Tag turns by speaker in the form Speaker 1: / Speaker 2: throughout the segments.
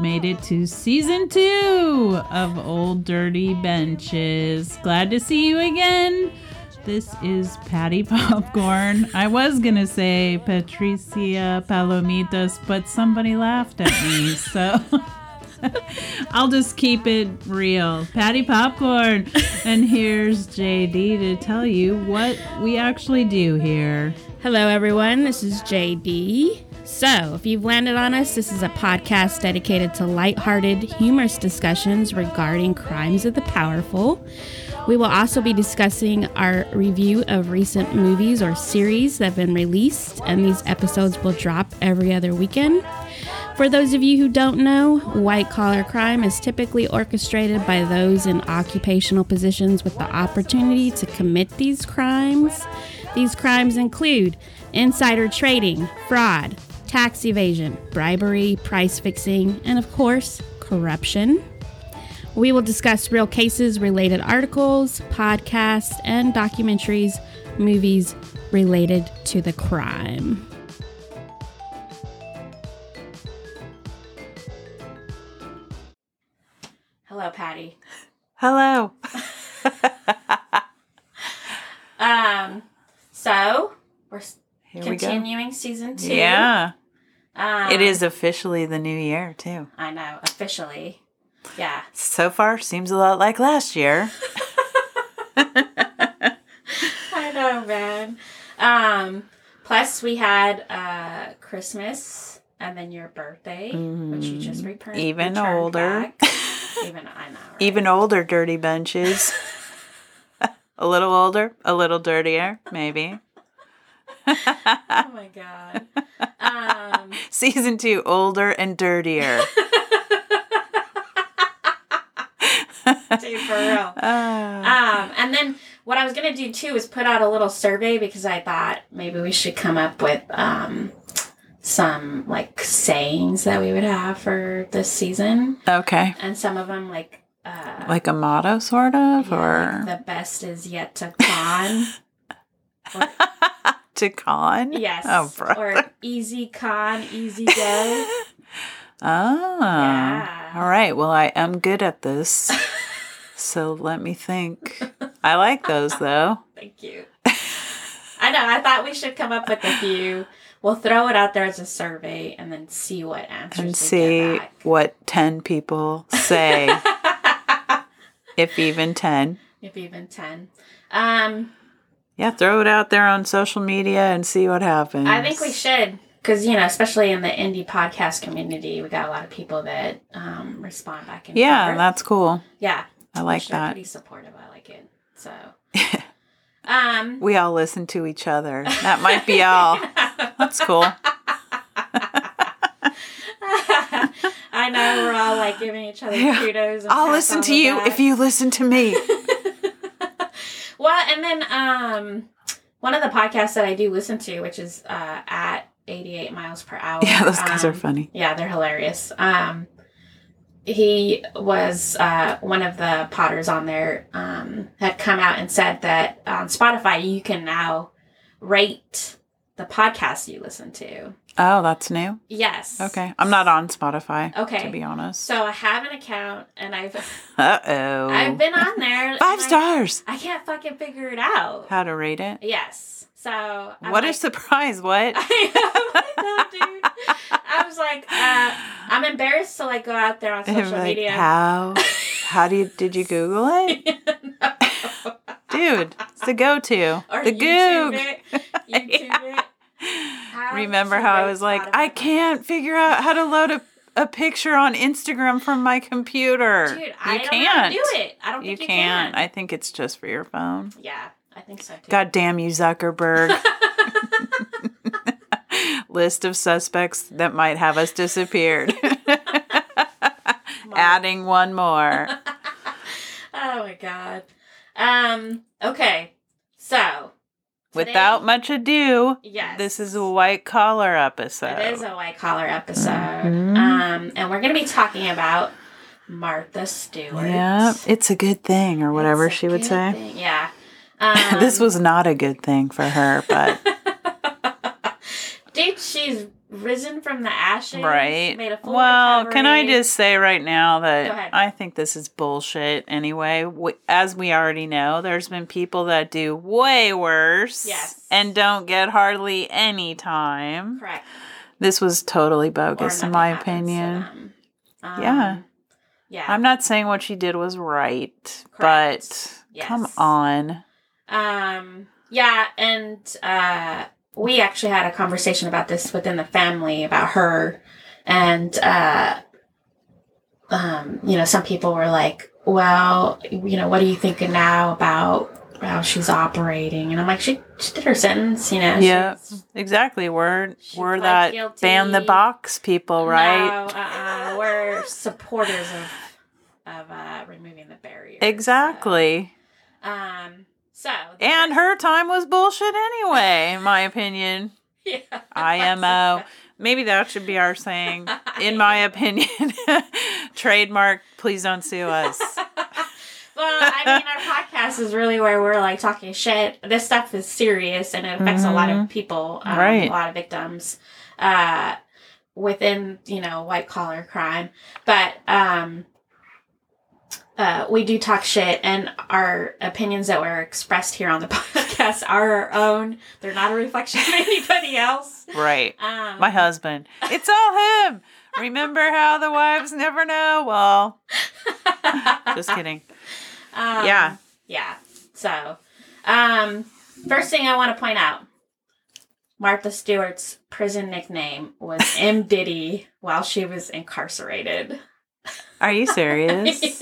Speaker 1: made it to season two of Old Dirty Benches. Glad to see you again. This is Patty Popcorn. I was going to say Patricia Palomitas, but somebody laughed at me. So I'll just keep it real. Patty Popcorn. And here's JD to tell you what we actually do here.
Speaker 2: Hello, everyone. This is JD. So, if you've landed on us, this is a podcast dedicated to lighthearted, humorous discussions regarding crimes of the powerful. We will also be discussing our review of recent movies or series that have been released, and these episodes will drop every other weekend. For those of you who don't know, white collar crime is typically orchestrated by those in occupational positions with the opportunity to commit these crimes. These crimes include insider trading, fraud, tax evasion, bribery, price fixing, and of course, corruption. We will discuss real cases, related articles, podcasts, and documentaries, movies related to the crime. Hello, Patty.
Speaker 3: Hello.
Speaker 2: Um, so we're s-
Speaker 3: Here we
Speaker 2: continuing season
Speaker 3: go.
Speaker 2: two.
Speaker 3: Yeah.
Speaker 2: um,
Speaker 3: It is officially the new year, too.
Speaker 2: I know officially. Yeah,
Speaker 3: So far, seems a lot like last year.
Speaker 2: I know, man. Um, plus we had uh Christmas and then your birthday, which you just repur-
Speaker 3: Mm-hmm. Even
Speaker 2: returned
Speaker 3: older.
Speaker 2: back. Even I know. right?
Speaker 3: Even older, dirty benches. a little older, a little dirtier, maybe.
Speaker 2: Oh my god. Um,
Speaker 3: Season two, older and dirtier.
Speaker 2: dude, for real.
Speaker 3: Ah.
Speaker 2: Um, and then what I was gonna do too is put out a little survey because I thought maybe we should come up with um, some like sayings that we would have for this season,
Speaker 3: okay.
Speaker 2: and some of them like uh,
Speaker 3: Like a motto, sort of,
Speaker 2: yeah, like,
Speaker 3: or
Speaker 2: the best is yet to con.
Speaker 3: to con?
Speaker 2: yes,
Speaker 3: Oh, bro.
Speaker 2: or easy con, easy go.
Speaker 3: Oh.
Speaker 2: Yeah.
Speaker 3: All right. Well, I am good at this. so let me think. I like those though.
Speaker 2: Thank you. I know. I thought we should come up with a few. We'll throw it out there as a survey and then see what answers we
Speaker 3: And see
Speaker 2: get back.
Speaker 3: what 10 people say, if even 10.
Speaker 2: Maybe even ten. Um,
Speaker 3: Yeah, throw it out there on social media and see what happens.
Speaker 2: I think we should because you know, especially in the indie podcast community, we got a lot of people that um, respond back and
Speaker 3: Yeah,
Speaker 2: forth.
Speaker 3: that's cool.
Speaker 2: yeah.
Speaker 3: I like
Speaker 2: They're
Speaker 3: that.
Speaker 2: Pretty supportive. I like it. So, um,
Speaker 3: We all listen to each other. That might be all. That's cool.
Speaker 2: I know we're all like giving each other
Speaker 3: Yeah.
Speaker 2: kudos. And
Speaker 3: I'll
Speaker 2: pats
Speaker 3: listen
Speaker 2: on
Speaker 3: to
Speaker 2: the
Speaker 3: you
Speaker 2: back.
Speaker 3: if you listen to me.
Speaker 2: Oh Well, and then um, one of the podcasts that I do listen to, which is uh, at 88 miles per hour.
Speaker 3: Yeah, those guys
Speaker 2: um,
Speaker 3: are funny.
Speaker 2: Yeah, they're hilarious. Um, he was uh, one of the Potters on there um, had come out and said that on Spotify you can now rate the podcast you listen to.
Speaker 3: Oh, that's new.
Speaker 2: Yes.
Speaker 3: Okay. I'm not on Spotify,
Speaker 2: Okay.
Speaker 3: to be honest.
Speaker 2: So I have an account and I've
Speaker 3: Uh oh.
Speaker 2: I've been on there. and
Speaker 3: Five
Speaker 2: I-
Speaker 3: stars.
Speaker 2: I can't fucking figure it out.
Speaker 3: How to rate it?
Speaker 2: Yes. So I'm
Speaker 3: what
Speaker 2: like-
Speaker 3: a surprise. What?
Speaker 2: I know, "Oh, dude. I was like, uh, I'm embarrassed to like go out there on social
Speaker 3: like,
Speaker 2: media.
Speaker 3: How? How do you, did you Google it? Dude, it's the go to.
Speaker 2: or
Speaker 3: The
Speaker 2: YouTube
Speaker 3: Goog.
Speaker 2: it. YouTube it. How
Speaker 3: Remember
Speaker 2: to
Speaker 3: how I
Speaker 2: rate
Speaker 3: was like,
Speaker 2: Spotify.
Speaker 3: I can't figure out how to load a, a picture on Instagram from my computer.
Speaker 2: Dude,
Speaker 3: you
Speaker 2: I don't know how
Speaker 3: can't.
Speaker 2: to do it. I don't
Speaker 3: You
Speaker 2: think you
Speaker 3: can't.
Speaker 2: can.
Speaker 3: I think it's just for your phone.
Speaker 2: yeah, I think so too.
Speaker 3: God damn you, Zuckerberg. List of suspects that might have us disappeared. Adding one more.
Speaker 2: Oh my god. Um. Okay. So today-
Speaker 3: Without much ado,
Speaker 2: Yes.
Speaker 3: this is a white collar episode.
Speaker 2: It is a white collar episode.
Speaker 3: Mm-hmm.
Speaker 2: Um, and we're gonna be talking about Martha Stewart.
Speaker 3: yeah, it's a good thing, or whatever
Speaker 2: It's a
Speaker 3: she would
Speaker 2: good
Speaker 3: say.
Speaker 2: thing, Yeah. Um,
Speaker 3: this was not a good thing for her, but
Speaker 2: dude, she's risen from the ashes,
Speaker 3: Right.
Speaker 2: Made a full
Speaker 3: Well, can I
Speaker 2: recovery.
Speaker 3: just say right now
Speaker 2: Go ahead.
Speaker 3: that I think this is bullshit anyway. W- As we already know, there's been people that do way worse
Speaker 2: Yes.
Speaker 3: and don't get hardly any time.
Speaker 2: correct?
Speaker 3: This was totally
Speaker 2: Or
Speaker 3: bogus, in
Speaker 2: nothing
Speaker 3: my
Speaker 2: happens to
Speaker 3: opinion.
Speaker 2: them. Um,
Speaker 3: Yeah.
Speaker 2: yeah.
Speaker 3: I'm not saying what she did was right,
Speaker 2: Correct.
Speaker 3: but
Speaker 2: Yes.
Speaker 3: come on.
Speaker 2: Um, yeah, and uh, we actually had a conversation about this within the family about her, and uh, um, you know, some people were like, "Well, you know, what are you thinking now about how she's operating?" And I'm like, "She, she did her sentence, you know."
Speaker 3: Yeah.
Speaker 2: she's-
Speaker 3: Exactly. We're
Speaker 2: She
Speaker 3: we're
Speaker 2: pled
Speaker 3: that
Speaker 2: guilty.
Speaker 3: ban the box people, right?
Speaker 2: No, uh-uh, we're supporters of of uh, removing the barrier.
Speaker 3: Exactly.
Speaker 2: Um. So. the
Speaker 3: And
Speaker 2: first-
Speaker 3: her time was bullshit anyway, in my opinion.
Speaker 2: Yeah.
Speaker 3: IMO. Maybe that should be our saying. In my opinion, trademark. Please don't sue us.
Speaker 2: Well, I mean, our podcast is really where we're like talking shit. This stuff is serious and it affects a lot of people, um,
Speaker 3: Right.
Speaker 2: a lot of victims uh, within, you know, white collar crime. But um, uh, we do talk shit, and our opinions that were expressed here on the podcast are our own. They're not a reflection of anybody else.
Speaker 3: Right.
Speaker 2: Um,
Speaker 3: My husband. It's all him. Remember how the wives never know? Well, just kidding.
Speaker 2: Um,
Speaker 3: Yeah.
Speaker 2: Yeah. So, um, first thing I want to point out Martha Stewart's prison nickname was M. Diddy while she was incarcerated. Um,
Speaker 3: Are you serious?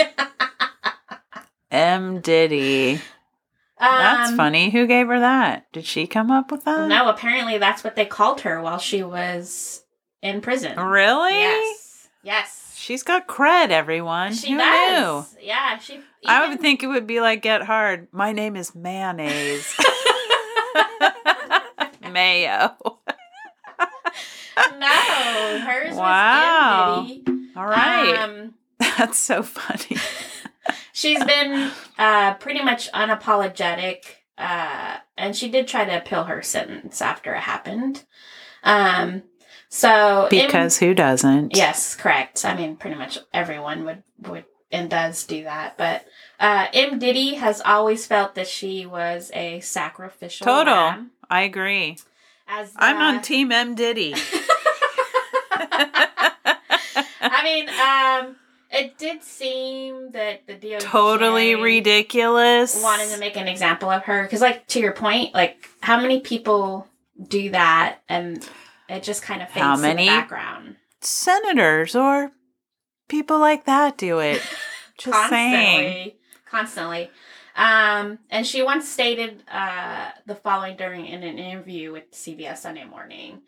Speaker 3: M. Diddy. That's
Speaker 2: Um,
Speaker 3: funny. Who gave her that? Did she come up with that?
Speaker 2: No, apparently that's what they called her while she was in prison.
Speaker 3: Oh, Really?
Speaker 2: Yes. Yes.
Speaker 3: She's got cred, everyone.
Speaker 2: She
Speaker 3: Who knew?
Speaker 2: does. Yeah. She.
Speaker 3: I would
Speaker 2: even-
Speaker 3: think it would be like get hard. My name is mayonnaise. Mayo.
Speaker 2: No, hers
Speaker 3: Wow.
Speaker 2: was M. Diddy.
Speaker 3: All right.
Speaker 2: Um,
Speaker 3: That's so funny.
Speaker 2: She's been uh, pretty much unapologetic, uh, and she did try to appeal her sentence after it happened. Um, so in-
Speaker 3: Because who doesn't?
Speaker 2: yes, correct. I mean, pretty much everyone would would and does do that, but uh, M Diddy has always felt that she was a sacrificial
Speaker 3: Total.
Speaker 2: lamb.
Speaker 3: I agree.
Speaker 2: As uh,
Speaker 3: I'm
Speaker 2: the-
Speaker 3: on Team M. Diddy.
Speaker 2: I mean, um, it did seem that the DOJ
Speaker 3: totally ridiculous.
Speaker 2: wanted to make an example of her because like to your point like how many people do that and it just kind of fades
Speaker 3: How
Speaker 2: to the
Speaker 3: many?
Speaker 2: background
Speaker 3: Senators or people like that do it. Just saying.
Speaker 2: constantly constantly um, and she once stated uh, the following during in an interview with cbs sunday morning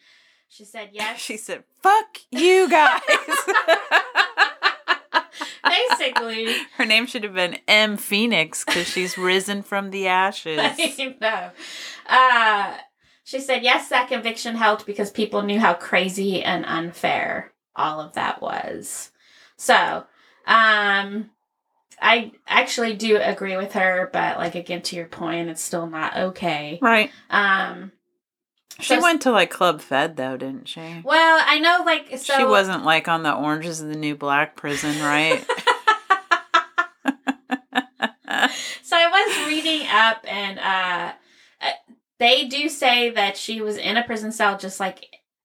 Speaker 2: she said yes
Speaker 3: She said, fuck you guys.
Speaker 2: basically
Speaker 3: Her name should have been M. Phoenix because she's risen from the ashes.
Speaker 2: no. Uh, she said, yes, that conviction helped because people knew how crazy and unfair all of that was. So, um, I actually do agree with her, but like again, to your point, it's still not okay.
Speaker 3: Right.
Speaker 2: Um,
Speaker 3: She
Speaker 2: So-
Speaker 3: went to like Club Fed though, didn't she?
Speaker 2: well, I know, like, so
Speaker 3: she wasn't like on the Oranges and the New Black prison, right?
Speaker 2: So I was reading up, and uh, uh, they do say that she was in a prison cell just like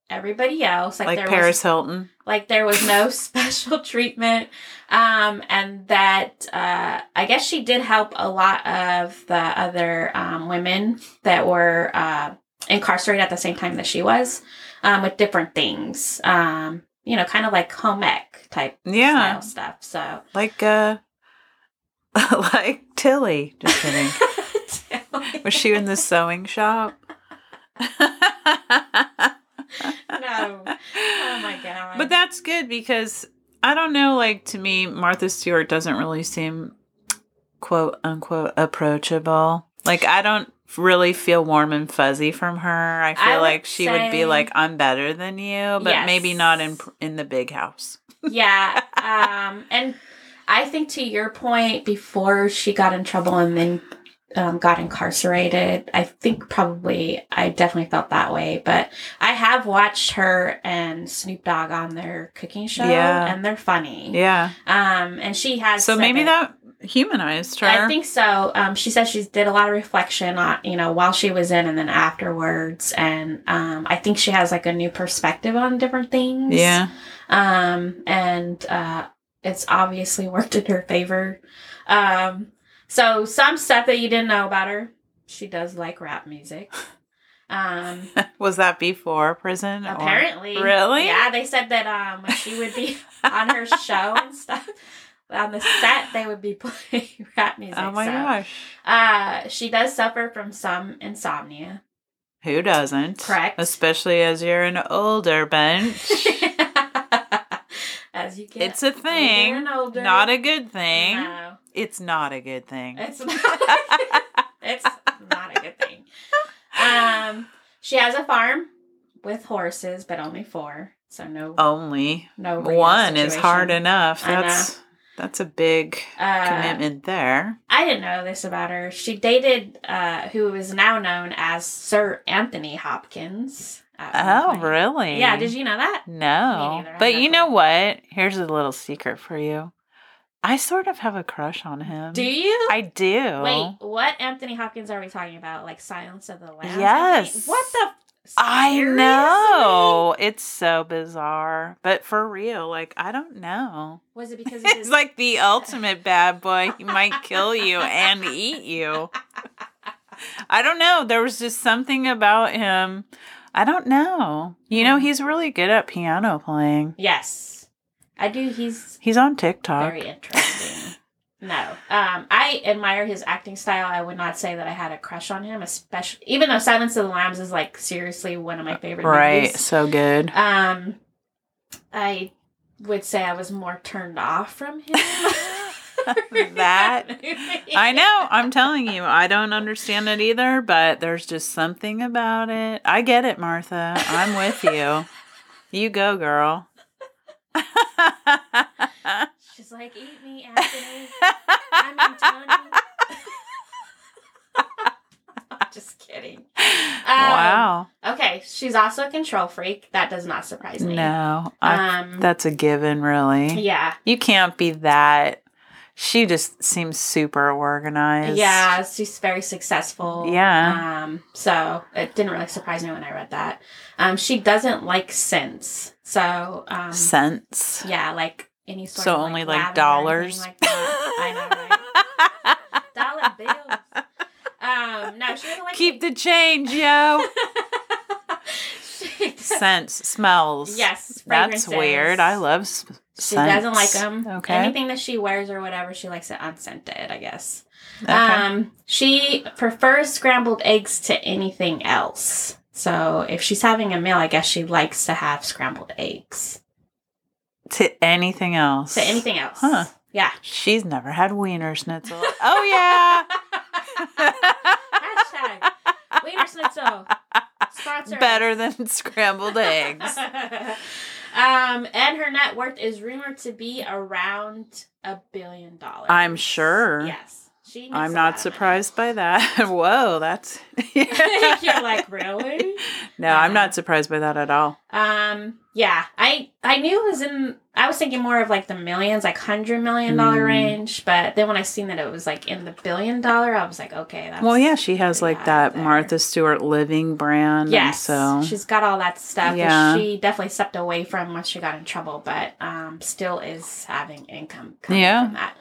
Speaker 2: everybody else. Like,
Speaker 3: like
Speaker 2: there was
Speaker 3: Paris Hilton.
Speaker 2: like there was no special treatment um and that uh i guess she did help a lot of the other um, women that were uh incarcerated at the same time that she was um with different things um you know kind of like home ec type
Speaker 3: Yeah.
Speaker 2: style stuff so
Speaker 3: Like uh like Tilly. Just kidding. Was she in the sewing shop?
Speaker 2: no oh my god
Speaker 3: But that's good because I don't know, like to me, Martha Stewart doesn't really seem quote unquote approachable. Like I don't really feel warm and fuzzy from her. I feel
Speaker 2: would
Speaker 3: like she would
Speaker 2: say-
Speaker 3: be like, I'm better than you, but
Speaker 2: Yes.
Speaker 3: maybe not in in the big house.
Speaker 2: yeah um and i think to your point before she got in trouble and then um, got incarcerated. I think probably I definitely felt that way, but I have watched her and Snoop Dogg on their cooking show,
Speaker 3: Yeah.
Speaker 2: and they're funny.
Speaker 3: Yeah.
Speaker 2: Um, and she has
Speaker 3: So
Speaker 2: said
Speaker 3: maybe
Speaker 2: that
Speaker 3: that humanized her.
Speaker 2: I think so. Um, she says she did a lot of reflection on, you know, while she was in and then afterwards. And um, I think she has like a new perspective on different things.
Speaker 3: Yeah.
Speaker 2: Um, and uh, it's obviously worked in her favor. Um, so some stuff that you didn't know about her, she does like rap music. Um,
Speaker 3: Was that before prison? or-
Speaker 2: apparently.
Speaker 3: Really?
Speaker 2: Yeah, they said that um, when she would be on her show and stuff. On the set, they would be playing rap music.
Speaker 3: Oh my
Speaker 2: so.
Speaker 3: gosh.
Speaker 2: Uh, she does suffer from some insomnia.
Speaker 3: Who doesn't?
Speaker 2: Correct.
Speaker 3: Especially as you're an older bench.
Speaker 2: As you get
Speaker 3: it's a
Speaker 2: older
Speaker 3: thing.
Speaker 2: and older,
Speaker 3: Not a good thing.
Speaker 2: No,
Speaker 3: It's not a good thing.
Speaker 2: it's not. it's not a good thing. Um, she has a farm with horses, but only four, so no,
Speaker 3: Only
Speaker 2: no real
Speaker 3: Oh, one is hard
Speaker 2: situation.
Speaker 3: enough.
Speaker 2: I know.
Speaker 3: That's that's a big
Speaker 2: Uh,
Speaker 3: commitment there.
Speaker 2: I didn't know this about her. She dated uh, who is now known as Sir Anthony Hopkins. at one
Speaker 3: Oh,
Speaker 2: point.
Speaker 3: really?
Speaker 2: Yeah, did you know that? Me
Speaker 3: No.
Speaker 2: neither, I
Speaker 3: But
Speaker 2: never-
Speaker 3: you know what? Here's a little secret for you. I sort of have a crush on him.
Speaker 2: Do you?
Speaker 3: I do.
Speaker 2: Wait, what Anthony Hopkins are we talking about? Like Silence of the Lambs?
Speaker 3: Yes.
Speaker 2: Anthony? What the? f-
Speaker 3: I
Speaker 2: seriously?
Speaker 3: know. It's so bizarre. But for real, like, I don't know.
Speaker 2: Was it because of
Speaker 3: It's
Speaker 2: his,
Speaker 3: like the ultimate bad boy. He might kill you and eat you. I don't know. There was just something about him. I don't know. You know, he's really good at piano playing.
Speaker 2: Yes, I do. He's
Speaker 3: He's on TikTok.
Speaker 2: very interesting. no, um, I admire his acting style. I would not say that I had a crush on him, especially even though Silence of the Lambs is like seriously one of my favorite
Speaker 3: Right.
Speaker 2: movies.
Speaker 3: So good.
Speaker 2: Um, I would say I was more turned off from him.
Speaker 3: That- I know. I'm telling you, I don't understand it either, but there's just something about it. I get it, Martha. I'm with you. You go, girl.
Speaker 2: She's like, eat me, Anthony. I mean, Tony. I'm just kidding. Um,
Speaker 3: wow.
Speaker 2: Okay, she's also a control freak. That does not surprise me.
Speaker 3: No, I,
Speaker 2: Um,
Speaker 3: that's a given, really.
Speaker 2: yeah.
Speaker 3: You can't be that. She just seems super organized.
Speaker 2: Yeah, she's very successful.
Speaker 3: Yeah.
Speaker 2: Um, so it didn't really surprise me when I read that. Um, she doesn't like scents. So, um,
Speaker 3: Sense.
Speaker 2: yeah, like any sort
Speaker 3: So
Speaker 2: of
Speaker 3: only like
Speaker 2: lavender or anything
Speaker 3: dollars.
Speaker 2: Like that. I know, right? dollar bills. Um, no, she doesn't like
Speaker 3: Keep the change, yo.
Speaker 2: she,
Speaker 3: Scents, smells.
Speaker 2: yes,
Speaker 3: That's
Speaker 2: fragrances.
Speaker 3: weird. I love s-
Speaker 2: She doesn't like
Speaker 3: scents.
Speaker 2: them.
Speaker 3: Okay.
Speaker 2: Anything that she wears or whatever, she likes it unscented. I guess.
Speaker 3: Okay.
Speaker 2: Um, she prefers scrambled eggs to anything else. So if she's having a meal, I guess she likes to have scrambled eggs
Speaker 3: to anything else.
Speaker 2: to anything else.
Speaker 3: Huh.
Speaker 2: Yeah.
Speaker 3: She's never had wiener schnitzel. oh yeah.
Speaker 2: Hashtag Wiener Schnitzel sponsor. us.
Speaker 3: Better than scrambled eggs.
Speaker 2: um, and her net worth is rumored to be around a billion dollars.
Speaker 3: I'm sure.
Speaker 2: Yes. She makes
Speaker 3: I'm
Speaker 2: a lot
Speaker 3: not
Speaker 2: of
Speaker 3: surprised by that. Whoa, that's
Speaker 2: money. You're like, really?
Speaker 3: No, I'm not surprised by that at all.
Speaker 2: Um, yeah. I I knew it was in I was thinking more of like the millions, like hundred million dollar
Speaker 3: Mm.
Speaker 2: range, but then when I seen that it was like in the billion dollar, I was like, okay, that's
Speaker 3: Well, yeah, she has like
Speaker 2: Yeah,
Speaker 3: that
Speaker 2: there.
Speaker 3: Martha Stewart living brand. and
Speaker 2: Yes,
Speaker 3: So
Speaker 2: she's got all that stuff. which
Speaker 3: Yeah.
Speaker 2: she definitely stepped away from once she got in trouble, but um, still is having income coming
Speaker 3: Yeah.
Speaker 2: from that.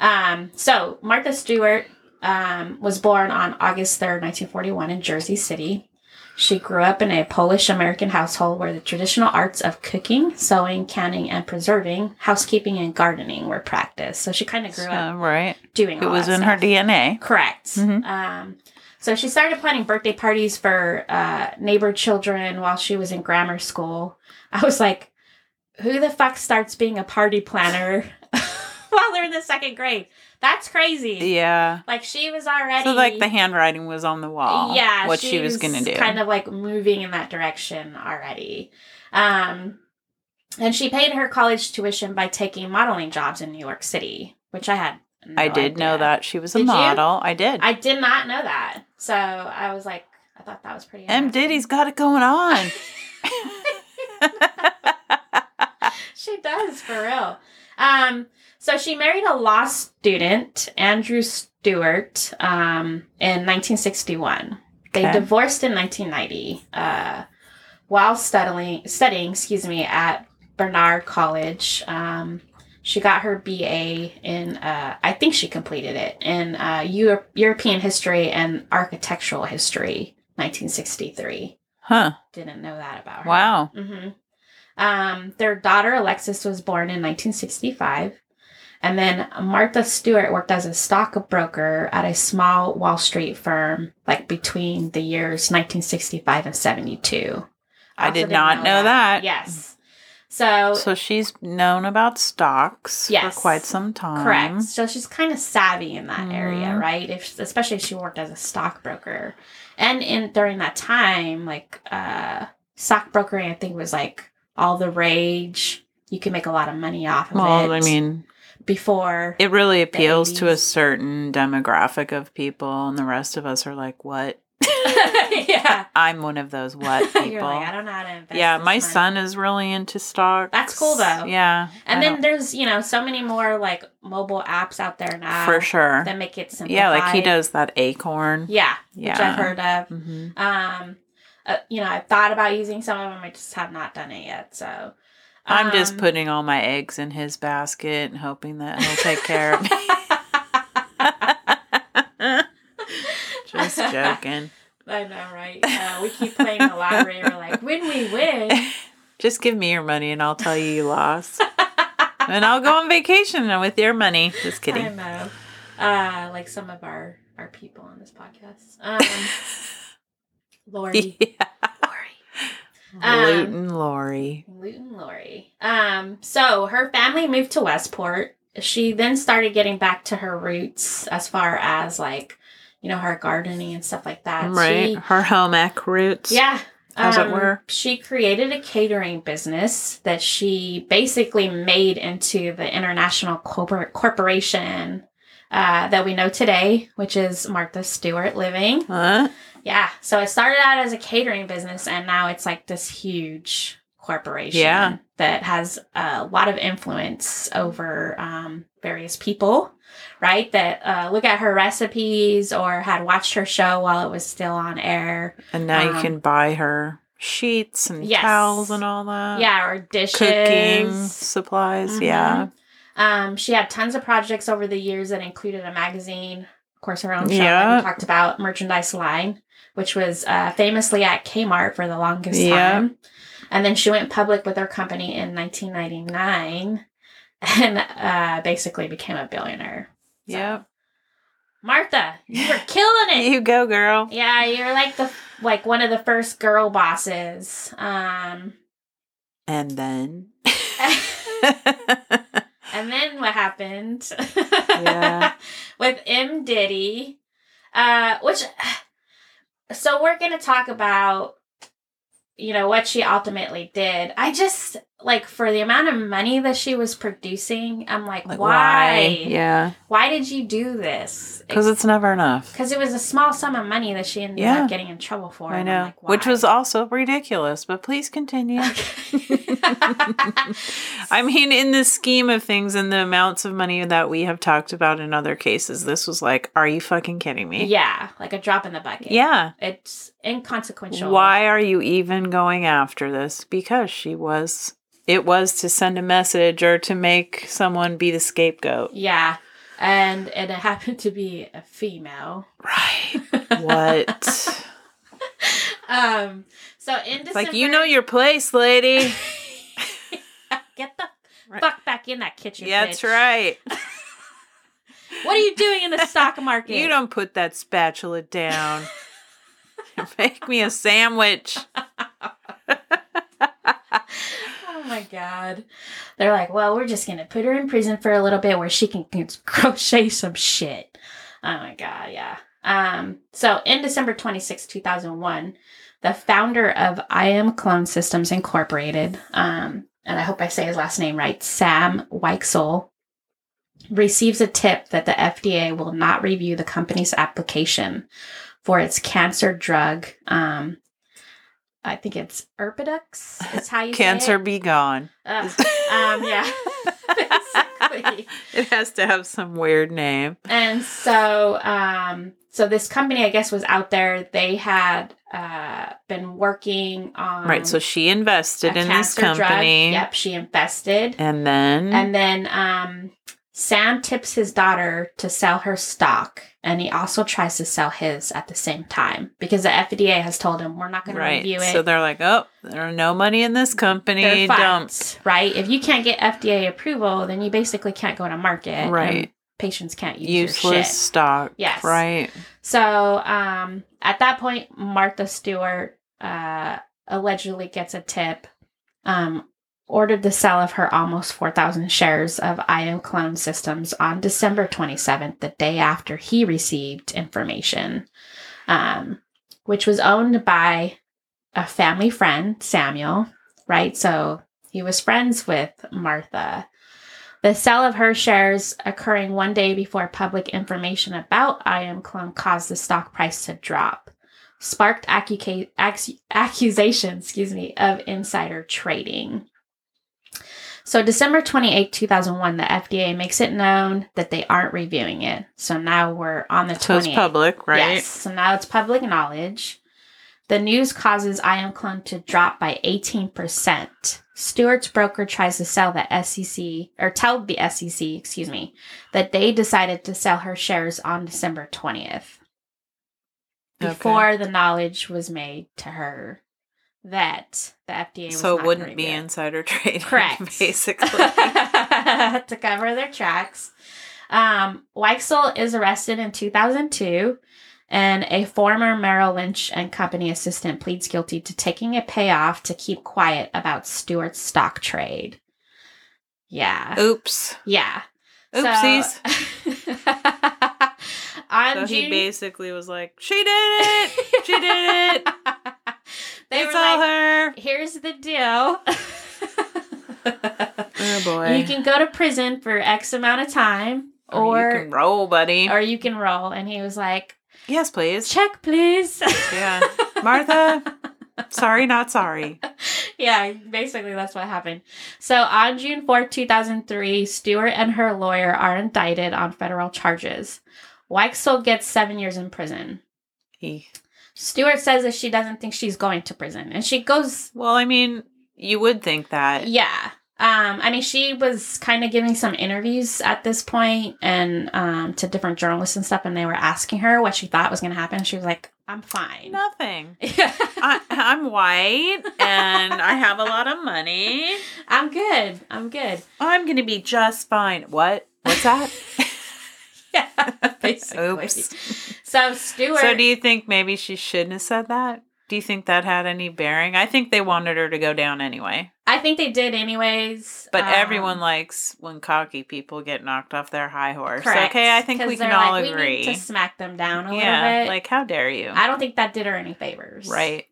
Speaker 2: Um, so Martha Stewart um, was born on August third, nineteen forty-one, in Jersey City. She grew up in a Polish American household where the traditional arts of cooking, sewing, canning, and preserving, housekeeping, and gardening were practiced. So she kind of grew up
Speaker 3: So, right.
Speaker 2: doing.
Speaker 3: It
Speaker 2: all
Speaker 3: was
Speaker 2: that
Speaker 3: in
Speaker 2: stuff.
Speaker 3: her DNA.
Speaker 2: Correct.
Speaker 3: Mhm.
Speaker 2: Um, so she started planning birthday parties for uh, neighbor children while she was in grammar school. I was like, who the fuck starts being a party planner while they're in the second grade? That's crazy.
Speaker 3: Yeah.
Speaker 2: Like she was already
Speaker 3: So like the handwriting was on the wall.
Speaker 2: yeah,
Speaker 3: What she was gonna do.
Speaker 2: Kind of like moving in that direction already. Um, and she paid her college tuition by taking modeling jobs in New York City, which I had No
Speaker 3: I did know
Speaker 2: idea.
Speaker 3: that she was a
Speaker 2: Did you?
Speaker 3: model. I did.
Speaker 2: I did not know that. So I was like, I thought that was pretty.
Speaker 3: M.
Speaker 2: interesting.
Speaker 3: Diddy's got it going on.
Speaker 2: She does for real. Um, so she married a law student, Andrew Stewart, um, in 1961. They
Speaker 3: Okay.
Speaker 2: divorced in 1990 uh, while studying, studying, excuse me, at Bernard College. Um, she got her BA in, uh, I think she completed it in uh, Euro- European history and architectural history, 1963.
Speaker 3: huh.
Speaker 2: Didn't know that about her.
Speaker 3: Wow.
Speaker 2: Mm-hmm. Um, their daughter Alexis was born in 1965, and then Martha Stewart worked as a stockbroker at a small Wall Street firm, like between the years 1965 and 72.
Speaker 3: I
Speaker 2: also
Speaker 3: did
Speaker 2: didn't
Speaker 3: not know that.
Speaker 2: Yes. So,
Speaker 3: So she's known about stocks
Speaker 2: Yes.
Speaker 3: for quite some time.
Speaker 2: correct. So she's kind of savvy in that area,
Speaker 3: Mhm.
Speaker 2: right? If especially if she worked as a stockbroker, and in during that time, like uh, stockbrokering, I think was like all the rage. You can make a lot of money off of it.
Speaker 3: Well, I mean,
Speaker 2: before
Speaker 3: it really appeals to a
Speaker 2: 80s.
Speaker 3: certain demographic of people, and the rest of us are like, what?
Speaker 2: yeah.
Speaker 3: I'm one of those what people.
Speaker 2: You're like, I don't know how to invest.
Speaker 3: yeah,
Speaker 2: this
Speaker 3: my
Speaker 2: money.
Speaker 3: son is really into stocks.
Speaker 2: That's cool, though.
Speaker 3: Yeah.
Speaker 2: And
Speaker 3: I
Speaker 2: then
Speaker 3: don't-
Speaker 2: there's, you know, so many more like mobile apps out there now
Speaker 3: for sure.
Speaker 2: that make it simple.
Speaker 3: Yeah, like he does that acorn.
Speaker 2: Yeah,
Speaker 3: Yeah.
Speaker 2: which I've heard of.
Speaker 3: hmm
Speaker 2: Um, uh, you know, I've thought about using some of them. I just have not done it yet. So
Speaker 3: I'm just
Speaker 2: um,
Speaker 3: putting all my eggs in his basket and hoping that he'll take care of me. just joking.
Speaker 2: I know, right? Uh, we keep playing the lottery. We're like, when we win,
Speaker 3: Just give me your money and I'll tell you you lost. and I'll go on vacation with your money. Just
Speaker 2: I
Speaker 3: kidding.
Speaker 2: know. Uh, like some of our our people on this podcast. Um, Lori,
Speaker 3: Yeah.
Speaker 2: Lori. Um,
Speaker 3: Luton Lori.
Speaker 2: Luton Lori. Um, so her family moved to Westport. She then started getting back to her roots as far as like, you know, her gardening and stuff like that.
Speaker 3: Right.
Speaker 2: She-
Speaker 3: Her home ec roots.
Speaker 2: yeah. um,
Speaker 3: As it were.
Speaker 2: She created a catering business that she basically made into the international corpor- corporation uh, that we know today, which is Martha Stewart Living.
Speaker 3: Huh?
Speaker 2: Yeah. So it started out as a catering business and now it's like this huge corporation
Speaker 3: Yeah.
Speaker 2: that has a lot of influence over um, various people, right? That uh, look at her recipes or had watched her show while it was still on air.
Speaker 3: And now
Speaker 2: Um,
Speaker 3: you can buy her sheets and
Speaker 2: Yes.
Speaker 3: towels and all that.
Speaker 2: yeah. Or dishes.
Speaker 3: Uh,
Speaker 2: Mm-hmm.
Speaker 3: Cooking supplies. Yeah.
Speaker 2: Um, she had tons of projects over the years that included a magazine, of course, her own show that
Speaker 3: Yeah.
Speaker 2: we talked about, merchandise line, which was uh, famously at Kmart for the longest
Speaker 3: Yeah.
Speaker 2: time. And then she went public with her company in 1999 and uh, basically became a billionaire.
Speaker 3: Yep.
Speaker 2: Martha, you were killing it.
Speaker 3: You go, girl.
Speaker 2: Yeah, you're like the like one of the first girl bosses. Um,
Speaker 3: And then.
Speaker 2: And then what happened?
Speaker 3: Yeah.
Speaker 2: With M. Diddy, uh, which, so we're going to talk about, you know, what she ultimately did. I just, like, for the amount of money that she was producing, I'm like,
Speaker 3: like,
Speaker 2: why?
Speaker 3: why? Yeah.
Speaker 2: Why did you do this?
Speaker 3: Because it's never enough.
Speaker 2: Because it was a small sum of money that she ended
Speaker 3: Yeah.
Speaker 2: up getting in trouble for.
Speaker 3: I
Speaker 2: and
Speaker 3: know.
Speaker 2: I'm like,
Speaker 3: Which
Speaker 2: why?
Speaker 3: was also ridiculous, but please continue. I mean, in the scheme of things and the amounts of money that we have talked about in other cases, this was like, are you fucking kidding me?
Speaker 2: yeah, like a drop in the bucket.
Speaker 3: Yeah.
Speaker 2: It's inconsequential.
Speaker 3: Why are you even going after this? Because she was, it was to send a message or to make someone be the scapegoat.
Speaker 2: Yeah. And and it happened to be a female.
Speaker 3: Right. What?
Speaker 2: Um so in December
Speaker 3: it's like, you know your place, lady.
Speaker 2: get the
Speaker 3: Right.
Speaker 2: fuck back in that kitchen.
Speaker 3: Yeah, that's
Speaker 2: bitch.
Speaker 3: right.
Speaker 2: What are you doing in the stock market?
Speaker 3: You don't put that spatula down. Make me a sandwich.
Speaker 2: Oh my god. They're like, well, we're just gonna put her in prison for a little bit where she can, can crochet some shit. Oh my god, yeah. Um, so in December 26, 2001, the founder of I Am Clone Systems Incorporated, um, and I hope I say his last name right, Sam Weichsel, receives a tip that the FDA will not review the company's application for its cancer drug. Um, I think it's Erpidux. Is how you
Speaker 3: Cancer
Speaker 2: Say it.
Speaker 3: be gone.
Speaker 2: Ugh. um, yeah, basically.
Speaker 3: It has to have some weird name.
Speaker 2: And so, um, so this company, I guess, was out there. They had uh, been working on
Speaker 3: right. So she invested
Speaker 2: Um, a
Speaker 3: in this
Speaker 2: cancer drug.
Speaker 3: company.
Speaker 2: Yep, she invested.
Speaker 3: And then
Speaker 2: And then um, Sam tips his daughter to sell her stock, and he also tries to sell his at the same time because the FDA has told him we're not going to review
Speaker 3: right.
Speaker 2: it.
Speaker 3: So they're like, oh, there's no money in this company.
Speaker 2: They're
Speaker 3: Dump.
Speaker 2: fucked, right? If you can't get FDA approval, then you basically can't go to market. and
Speaker 3: Right.
Speaker 2: Patients can't use your shit.
Speaker 3: Useless stock.
Speaker 2: Yes.
Speaker 3: Right.
Speaker 2: So um, at that point, Martha Stewart uh, allegedly gets a tip, um, ordered the sale of her almost 4,000 shares of IO Clone Systems on December 27th, the day after he received information, um, which was owned by a family friend, Samuel, right? So he was friends with Martha. The sale of her shares occurring one day before public information about I Am Clone caused the stock price to drop, sparked accuca- ac- accusations, excuse me, of insider trading. So December 28, 2001, the FDA makes it known that they aren't reviewing it. So now we're on the
Speaker 3: So
Speaker 2: 28th.
Speaker 3: it's public, right?
Speaker 2: Yes. So now it's public knowledge. The news causes Ion Clone to drop by 18%. Stewart's broker tries to sell the SEC, or tell the SEC, excuse me, that they decided to sell her shares on December 20th.
Speaker 3: Okay.
Speaker 2: Before the knowledge was made to her that the FDA was
Speaker 3: So
Speaker 2: not
Speaker 3: it
Speaker 2: gonna
Speaker 3: wouldn't be
Speaker 2: review it.
Speaker 3: insider trading.
Speaker 2: Correct.
Speaker 3: Basically.
Speaker 2: to cover their tracks. Um, Weichsel is arrested in 2002, and a former Merrill Lynch and Company assistant pleads guilty to taking a payoff to keep quiet about Stewart's stock trade. Yeah.
Speaker 3: Oops.
Speaker 2: Yeah. So-
Speaker 3: Oopsies.
Speaker 2: on
Speaker 3: So he
Speaker 2: June-
Speaker 3: basically was like, she did it. She did it.
Speaker 2: they
Speaker 3: it's
Speaker 2: were
Speaker 3: all
Speaker 2: like,
Speaker 3: her.
Speaker 2: here's the deal.
Speaker 3: Oh boy.
Speaker 2: you can go to prison for X amount of time,
Speaker 3: or
Speaker 2: or
Speaker 3: you can roll, buddy.
Speaker 2: or you can roll. And he was like,
Speaker 3: yes, please.
Speaker 2: check, please.
Speaker 3: Yeah. Martha, sorry, not sorry.
Speaker 2: yeah, basically that's what happened. So on June fourth, two 2003, Stewart and her lawyer are indicted on federal charges. Weichsel gets seven years in prison.
Speaker 3: He,
Speaker 2: Stewart says that she doesn't think she's going to prison. And she goes,
Speaker 3: well, I mean, you would think that.
Speaker 2: yeah. Um, I mean, she was kind of giving some interviews at this point and um, to different journalists and stuff, and they were asking her what she thought was going to happen. She was like, I'm fine.
Speaker 3: Nothing. I, I'm white and I have a lot of money.
Speaker 2: I'm good. I'm good.
Speaker 3: I'm going to be just fine. What? What's that?
Speaker 2: Yeah, basically.
Speaker 3: Oops.
Speaker 2: So Stewart.
Speaker 3: So do you think maybe she shouldn't have said that? Do you think that had any bearing? I think they wanted her to go down anyway.
Speaker 2: I think they did anyways.
Speaker 3: But
Speaker 2: um,
Speaker 3: everyone likes when cocky people get knocked off their high horse.
Speaker 2: correct,
Speaker 3: Okay, I think
Speaker 2: 'cause
Speaker 3: we can
Speaker 2: they're
Speaker 3: all
Speaker 2: like,
Speaker 3: agree.
Speaker 2: We need to smack them down a
Speaker 3: yeah,
Speaker 2: little bit.
Speaker 3: like how dare you?
Speaker 2: I don't think that did her any favors.
Speaker 3: Right.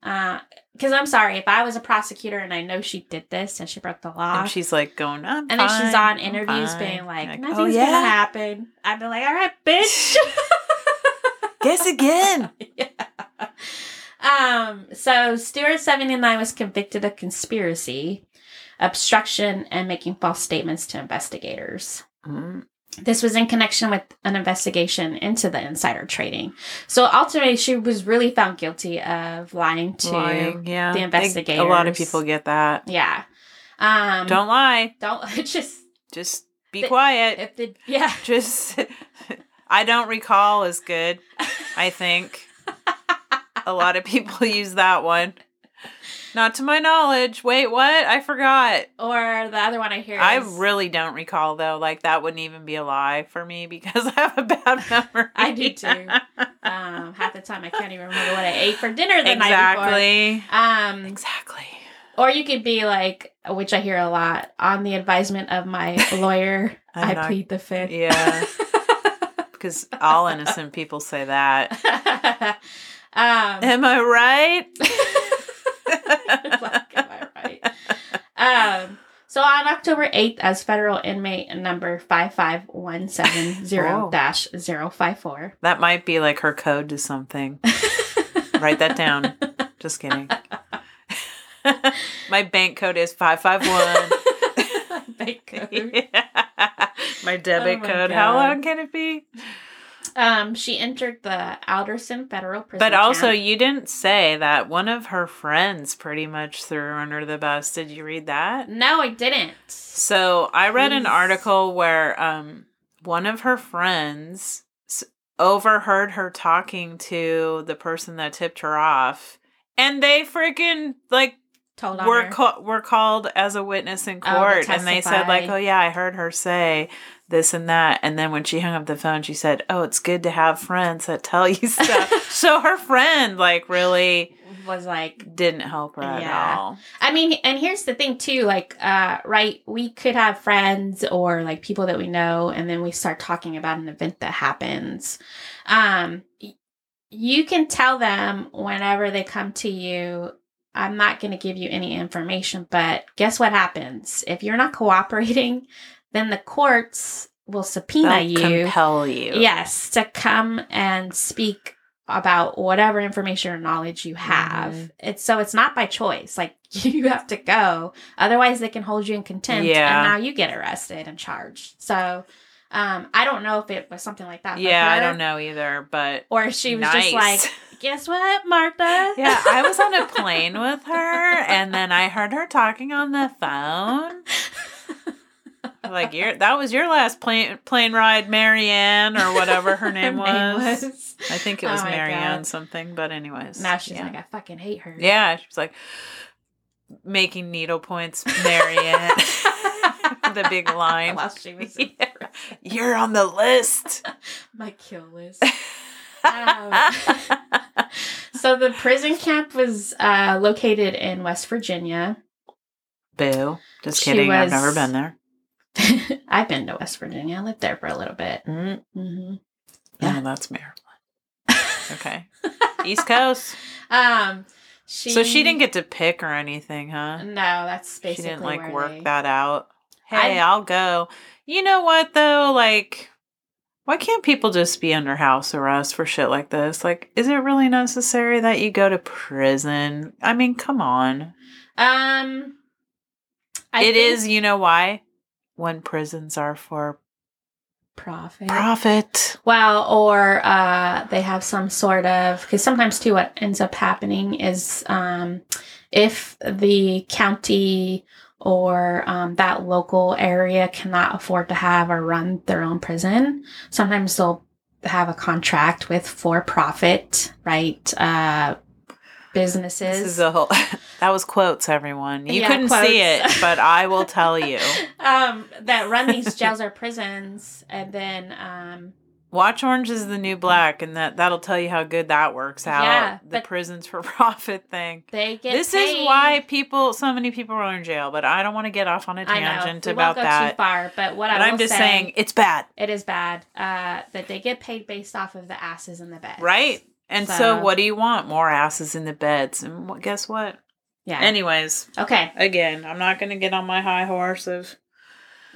Speaker 2: Because I'm sorry, if I was a prosecutor and I know she did this and she broke the law,
Speaker 3: and she's like going, i
Speaker 2: and then she's on interviews being like,
Speaker 3: "Oh,
Speaker 2: nothing's gonna happen. I'd be like, all right, bitch.
Speaker 3: Guess again.
Speaker 2: Um, so Stewart 79 was convicted of conspiracy, obstruction, and making false statements to investigators.
Speaker 3: Mm,
Speaker 2: This was in connection with an investigation into the insider trading. So ultimately, she was really found guilty of lying to.
Speaker 3: lying, yeah.
Speaker 2: the
Speaker 3: They-
Speaker 2: investigators.
Speaker 3: a lot of people get that.
Speaker 2: Yeah. Um,
Speaker 3: Don't lie.
Speaker 2: don't just
Speaker 3: Just be
Speaker 2: They-
Speaker 3: quiet.
Speaker 2: if the yeah
Speaker 3: Just I don't recall is good. I think a lot of people use that one. Not to my knowledge. Wait, what? I forgot.
Speaker 2: or the other one I hear.
Speaker 3: I
Speaker 2: is-
Speaker 3: really don't recall though. Like that wouldn't even be a lie for me because I have a bad memory.
Speaker 2: I do too. um, half the time I can't even remember what I ate for dinner the night
Speaker 3: exactly.
Speaker 2: before. Um,
Speaker 3: Exactly.
Speaker 2: Or you could be like, which I hear a lot, on the advisement of my lawyer,
Speaker 3: I'm
Speaker 2: I
Speaker 3: not-
Speaker 2: plead the fifth.
Speaker 3: Yeah. because all innocent people say that.
Speaker 2: um,
Speaker 3: Am I right?
Speaker 2: like, am I right? Um, So on October 8th, as federal inmate number 55170-054.
Speaker 3: That might be like her code to something. Write that down. Just kidding. My bank code is 551.
Speaker 2: Bank code.
Speaker 3: Yeah. My debit
Speaker 2: Oh my
Speaker 3: code. How
Speaker 2: God.
Speaker 3: long can it be?
Speaker 2: Um, she entered the Alderson Federal Prison.
Speaker 3: But also,
Speaker 2: camp.
Speaker 3: you didn't say that one of her friends pretty much threw her under the bus. Did you read that?
Speaker 2: no, I didn't.
Speaker 3: So I read an
Speaker 2: Please.
Speaker 3: article where um, one of her friends s- overheard her talking to the person that tipped her off, and they freaking like
Speaker 2: Told on
Speaker 3: were
Speaker 2: her.
Speaker 3: ca- were called as a witness in
Speaker 2: Oh, to
Speaker 3: court, and they said like,
Speaker 2: testify.
Speaker 3: "Oh yeah, I heard her say." This and that, and then when she hung up the phone, she said, "Oh, it's good to have friends that tell you stuff." so her friend, like, really
Speaker 2: was like
Speaker 3: didn't help her
Speaker 2: Yeah.
Speaker 3: at all.
Speaker 2: I mean, and here's the thing too, like, uh, right, we could have friends or like people that we know, and then we start talking about an event that happens. Um, y- you can tell them whenever they come to you, I'm not going to give you any information, but guess what happens? If you're not cooperating, then the courts will subpoena
Speaker 3: They'll
Speaker 2: you.
Speaker 3: compel you.
Speaker 2: Yes, to come and speak about whatever information or knowledge you have.
Speaker 3: Mhm.
Speaker 2: It's so it's not by choice. Like you have to go. Otherwise they can hold you in contempt
Speaker 3: Yeah.
Speaker 2: and now you get arrested and charged. So um I don't know if it was something like that. for
Speaker 3: Yeah, I
Speaker 2: her,
Speaker 3: don't know either, but
Speaker 2: Or she was
Speaker 3: nice.
Speaker 2: just like, guess what, Martha?
Speaker 3: yeah, I was on a plane with her and then I heard her talking on the phone. Like your that was your last plane plane ride, Marianne or whatever her name, was. I think it
Speaker 2: Oh
Speaker 3: was
Speaker 2: my
Speaker 3: Marianne
Speaker 2: God.
Speaker 3: something, but anyways.
Speaker 2: Now she's
Speaker 3: yeah.
Speaker 2: like, I fucking hate her.
Speaker 3: Yeah, she was like making needle points, Marianne. the big line.
Speaker 2: While she was
Speaker 3: Yeah. You're on the list.
Speaker 2: my kill list. Um, So the prison camp was uh, located in West Virginia.
Speaker 3: Boo. Just
Speaker 2: She
Speaker 3: kidding. I've never
Speaker 2: was-
Speaker 3: been there.
Speaker 2: I've been to West Virginia. I lived there for a little bit.
Speaker 3: Mm.
Speaker 2: hmm
Speaker 3: No, Oh, that's Maryland. Okay. East Coast.
Speaker 2: Um, she
Speaker 3: so she didn't get to pick or anything, huh?
Speaker 2: no. That's
Speaker 3: She
Speaker 2: basically
Speaker 3: didn't like
Speaker 2: where
Speaker 3: work
Speaker 2: they-
Speaker 3: that out. Hey,
Speaker 2: I-
Speaker 3: I, will go. You know what though? Like, why can't people just be under house arrest for shit like this? Like, is it really necessary that you go to prison? I mean, come on.
Speaker 2: Um, I
Speaker 3: It
Speaker 2: think
Speaker 3: is. You know why? When prisons are for
Speaker 2: profit.
Speaker 3: profit.
Speaker 2: well, or uh, they have some sort of because sometimes too, what ends up happening is um, if the county or um, that local area cannot afford to have or run their own prison, sometimes they'll have a contract with for-profit, right? Uh, businesses.
Speaker 3: This is a whole. that was quotes, everyone. You
Speaker 2: Yeah,
Speaker 3: couldn't see
Speaker 2: quotes.
Speaker 3: it, but I will tell you.
Speaker 2: um, that run these jails or prisons, and then um,
Speaker 3: Watch Orange is the New Black, and that that'll tell you how good that works out.
Speaker 2: Yeah,
Speaker 3: the
Speaker 2: but-
Speaker 3: prisons for profit thing.
Speaker 2: they get.
Speaker 3: This
Speaker 2: paid.
Speaker 3: is why people, so many people are in jail. But I don't want to get off on a
Speaker 2: I know
Speaker 3: tangent
Speaker 2: we
Speaker 3: about
Speaker 2: won't go too
Speaker 3: that.
Speaker 2: far, but what
Speaker 3: But
Speaker 2: I
Speaker 3: I'm
Speaker 2: will
Speaker 3: just
Speaker 2: say,
Speaker 3: saying it's bad,
Speaker 2: it is bad uh, that they get paid based off of the asses in the bed,
Speaker 3: right? And so,
Speaker 2: So-
Speaker 3: what do you want? More asses in the beds, and what, guess what?
Speaker 2: Yeah.
Speaker 3: Anyways,
Speaker 2: okay.
Speaker 3: again, I'm not going to get on my high horse of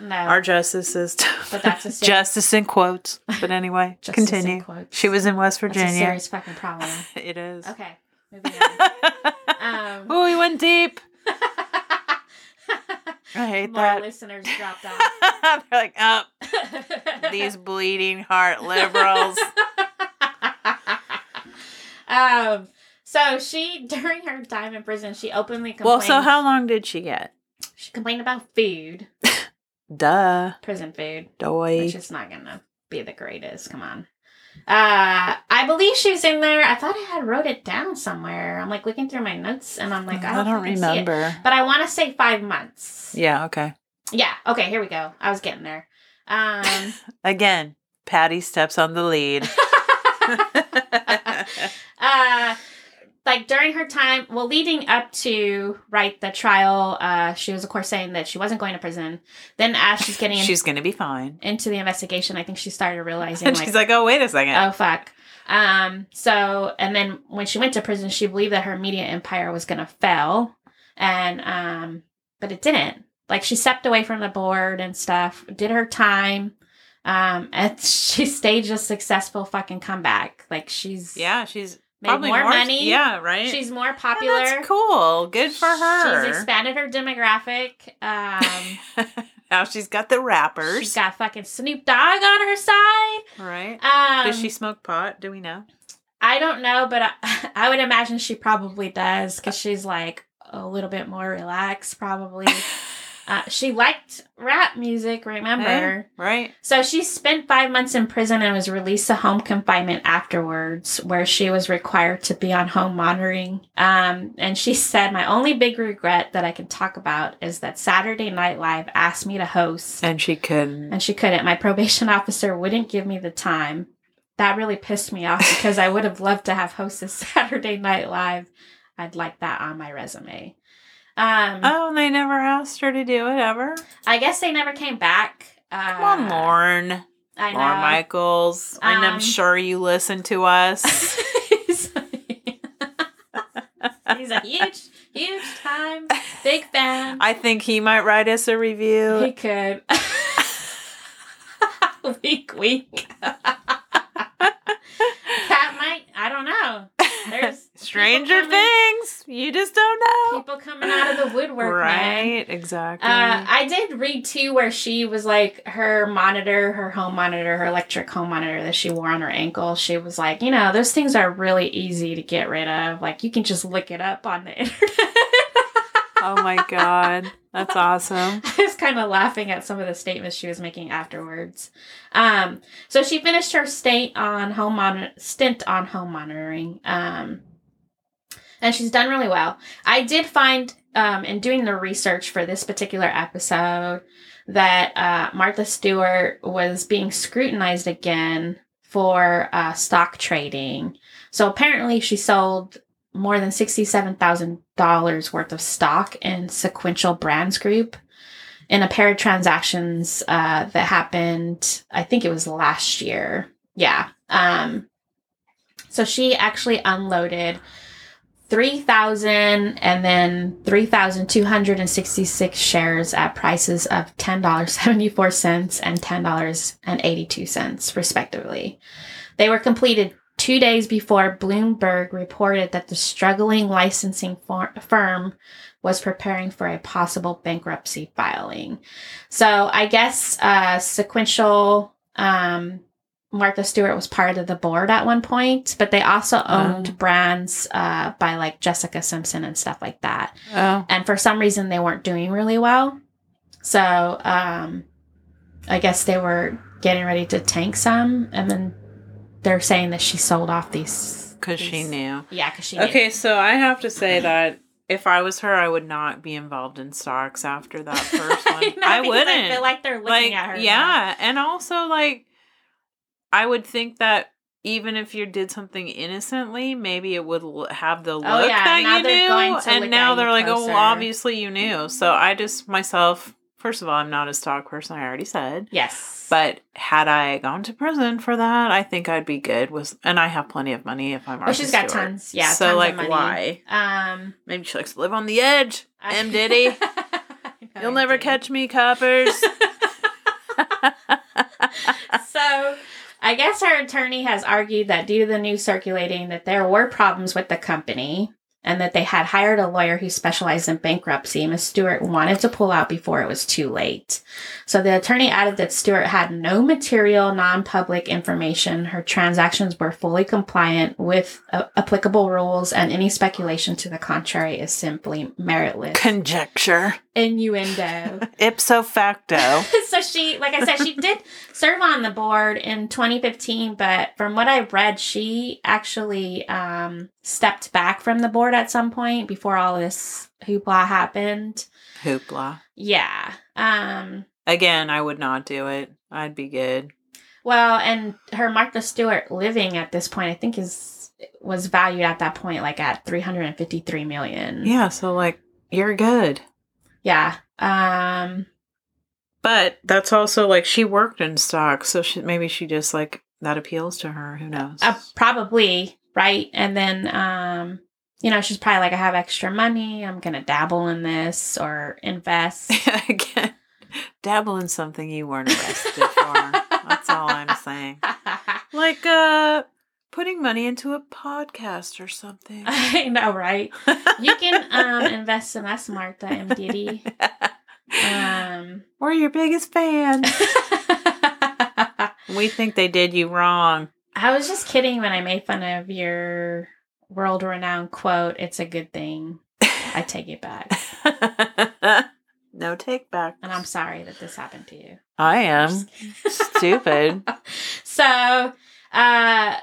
Speaker 2: No.
Speaker 3: our justice system,
Speaker 2: But that's a serious-
Speaker 3: justice in quotes. But anyway,
Speaker 2: Just as in
Speaker 3: continue.
Speaker 2: quotes.
Speaker 3: She was in West
Speaker 2: That's a
Speaker 3: Virginia.
Speaker 2: serious fucking problem.
Speaker 3: It is.
Speaker 2: Okay. Moving on. Um,
Speaker 3: oh, we went deep. I hate
Speaker 2: more
Speaker 3: that.
Speaker 2: listeners dropped off.
Speaker 3: They're like, oh, these bleeding heart liberals.
Speaker 2: um. So she, during her time in prison, she openly complained.
Speaker 3: well, so how long did she get?
Speaker 2: she complained about food,
Speaker 3: Duh,
Speaker 2: prison food,
Speaker 3: doy.
Speaker 2: which is not gonna be the greatest. Come on. Uh, I believe she was in there. I thought I had wrote it down somewhere. I'm like looking through my notes, and I'm like, I don't, fucking see it.
Speaker 3: remember.
Speaker 2: But I want to say five months.
Speaker 3: Yeah, okay.
Speaker 2: Yeah. Okay. Here we go. I was getting there. Um.
Speaker 3: Again, Patty steps on the lead.
Speaker 2: uh like during her time well leading up to right the trial uh she was of course saying that she wasn't going to prison then as she's getting in-
Speaker 3: She's gonna be fine.
Speaker 2: into the investigation i think she started realizing
Speaker 3: And
Speaker 2: like,
Speaker 3: she's like, oh, wait a second.
Speaker 2: oh fuck um so and then when she went to prison she believed that her media empire was gonna fail and um but it didn't Like she stepped away from the board and stuff, did her time, um, and she staged a successful fucking comeback. Like she's
Speaker 3: Yeah, she's
Speaker 2: Made
Speaker 3: probably
Speaker 2: more money.
Speaker 3: Yeah, right.
Speaker 2: she's more
Speaker 3: And
Speaker 2: popular.
Speaker 3: that's cool. Good for her.
Speaker 2: She's expanded her demographic. Um,
Speaker 3: now she's got the rappers.
Speaker 2: she's got fucking Snoop Dogg on her side.
Speaker 3: right.
Speaker 2: Um,
Speaker 3: Does she smoke pot? Do we know?
Speaker 2: I don't know, but I, I would imagine she probably does because she's like a little bit more relaxed, probably. uh, she liked rap music, remember?
Speaker 3: Yeah, right.
Speaker 2: So she spent five months in prison and was released to home confinement afterwards, where she was required to be on home monitoring. Um, and she said, My only big regret that I can talk about is that Saturday Night Live asked me to host,
Speaker 3: And she couldn't.
Speaker 2: and she couldn't. My probation officer wouldn't give me the time. That really pissed me off because I would have loved to have hosted Saturday Night Live. I'd like that on my resume. Um,
Speaker 3: Oh, and they never asked her to do it ever.
Speaker 2: I guess they never came back. Uh,
Speaker 3: Come on, Lorne.
Speaker 2: I know.
Speaker 3: Lorne Michaels. and I'm
Speaker 2: Um,
Speaker 3: sure you listen to us.
Speaker 2: he's, he's a huge, huge time, big fan.
Speaker 3: I think he might write us a
Speaker 2: he
Speaker 3: review.
Speaker 2: could. weak, weak. Cat might. I don't know. There's people
Speaker 3: Stranger
Speaker 2: coming-
Speaker 3: Things. You just don't know.
Speaker 2: People coming out of the woodwork, man.
Speaker 3: Right, exactly.
Speaker 2: Uh, I did read too where she was like her monitor, her home monitor, her electric home monitor that she wore on her ankle. She was like, you know, those things are really easy to get rid of. Like you can just look it up on the internet.
Speaker 3: oh my god, that's awesome.
Speaker 2: I was kind of laughing at some of the statements she was making afterwards. Um, so she finished her state on home monitor stint on home monitoring. Um, and she's done really well. I did find um, in doing the research for this particular episode that uh, Martha Stewart was being scrutinized again for uh, stock trading. So apparently, she sold more than $67,000 worth of stock in Sequential Brands Group in a pair of transactions uh, that happened, I think it was last year. Yeah. Um, so she actually unloaded 3,000 and then 3,266 shares at prices of $10.74 and $10.82, respectively. They were completed two days before Bloomberg reported that the struggling licensing for- firm was preparing for a possible bankruptcy filing. So I guess uh, sequential um, Martha Stewart was part of the board at one point, but they also owned brands uh, by like Jessica Simpson and stuff like that.
Speaker 3: Oh,
Speaker 2: And for some reason, they weren't doing really well. So um, I guess they were getting ready to tank some, and then they're saying that she sold off these.
Speaker 3: because she
Speaker 2: these-
Speaker 3: knew.
Speaker 2: Yeah, because she knew.
Speaker 3: Okay, so I have to say that if I was her, I would not be involved in stocks after that first one.
Speaker 2: know,
Speaker 3: I
Speaker 2: because
Speaker 3: wouldn't.
Speaker 2: I feel like they're
Speaker 3: like,
Speaker 2: looking at her. now.
Speaker 3: yeah, and also like, I would think that even if you did something innocently, maybe it would l- have the look
Speaker 2: Oh, yeah,
Speaker 3: that
Speaker 2: now
Speaker 3: you
Speaker 2: they're
Speaker 3: knew,
Speaker 2: going to look
Speaker 3: and now
Speaker 2: at you
Speaker 3: they're like, oh, well,
Speaker 2: closer. Mm-hmm.
Speaker 3: obviously you knew. So I just myself, first of all, I'm not a stock person. I already said.
Speaker 2: Yes.
Speaker 3: But had I gone to prison for that, I think I'd be good. Was and I have plenty of money if I'm.
Speaker 2: oh,
Speaker 3: Martha
Speaker 2: she's got
Speaker 3: Stewart.
Speaker 2: tons. Yeah.
Speaker 3: So
Speaker 2: tons
Speaker 3: like,
Speaker 2: of money.
Speaker 3: why?
Speaker 2: Um.
Speaker 3: Maybe she likes to live on the edge.
Speaker 2: I-
Speaker 3: M Diddy,
Speaker 2: I know
Speaker 3: you'll
Speaker 2: I
Speaker 3: never
Speaker 2: did.
Speaker 3: catch me, coppers.
Speaker 2: So, I guess her attorney has argued that due to the news circulating, that there were problems with the company and that they had hired a lawyer who specialized in bankruptcy. Miss Stewart wanted to pull out before it was too late. So the attorney added that Stewart had no material non-public information. Her transactions were fully compliant with uh, applicable rules and any speculation to the contrary is simply meritless.
Speaker 3: Conjecture,
Speaker 2: Innuendo.
Speaker 3: ipso facto.
Speaker 2: so she like i said she did serve on the board in 2015 but from what i read she actually um stepped back from the board at some point before all this hoopla happened
Speaker 3: Hoopla.
Speaker 2: yeah um
Speaker 3: Again, I would not do it. I'd be good.
Speaker 2: well and her martha stewart living at this point i think is was valued at that point like at 353 million
Speaker 3: Yeah. So like, you're good.
Speaker 2: yeah um
Speaker 3: But that's also like she worked in stocks, so she, maybe she just like that appeals to her. Who knows?
Speaker 2: Uh, probably right, and then um, you know, she's probably like, I have extra money. I'm going to dabble in this or invest.
Speaker 3: Again, dabble in something you weren't arrested for. That's all I'm saying. Like uh putting money into a podcast or something.
Speaker 2: I know, right? You can um, invest in us, Martha and Diddy. Um,
Speaker 3: Uh, We're your biggest fan. We think they did you wrong.
Speaker 2: I was just kidding when I made fun of your world renowned quote, it's a good thing. I take it back.
Speaker 3: no take back.
Speaker 2: And I'm sorry that this happened to you.
Speaker 3: I am stupid.
Speaker 2: So, uh,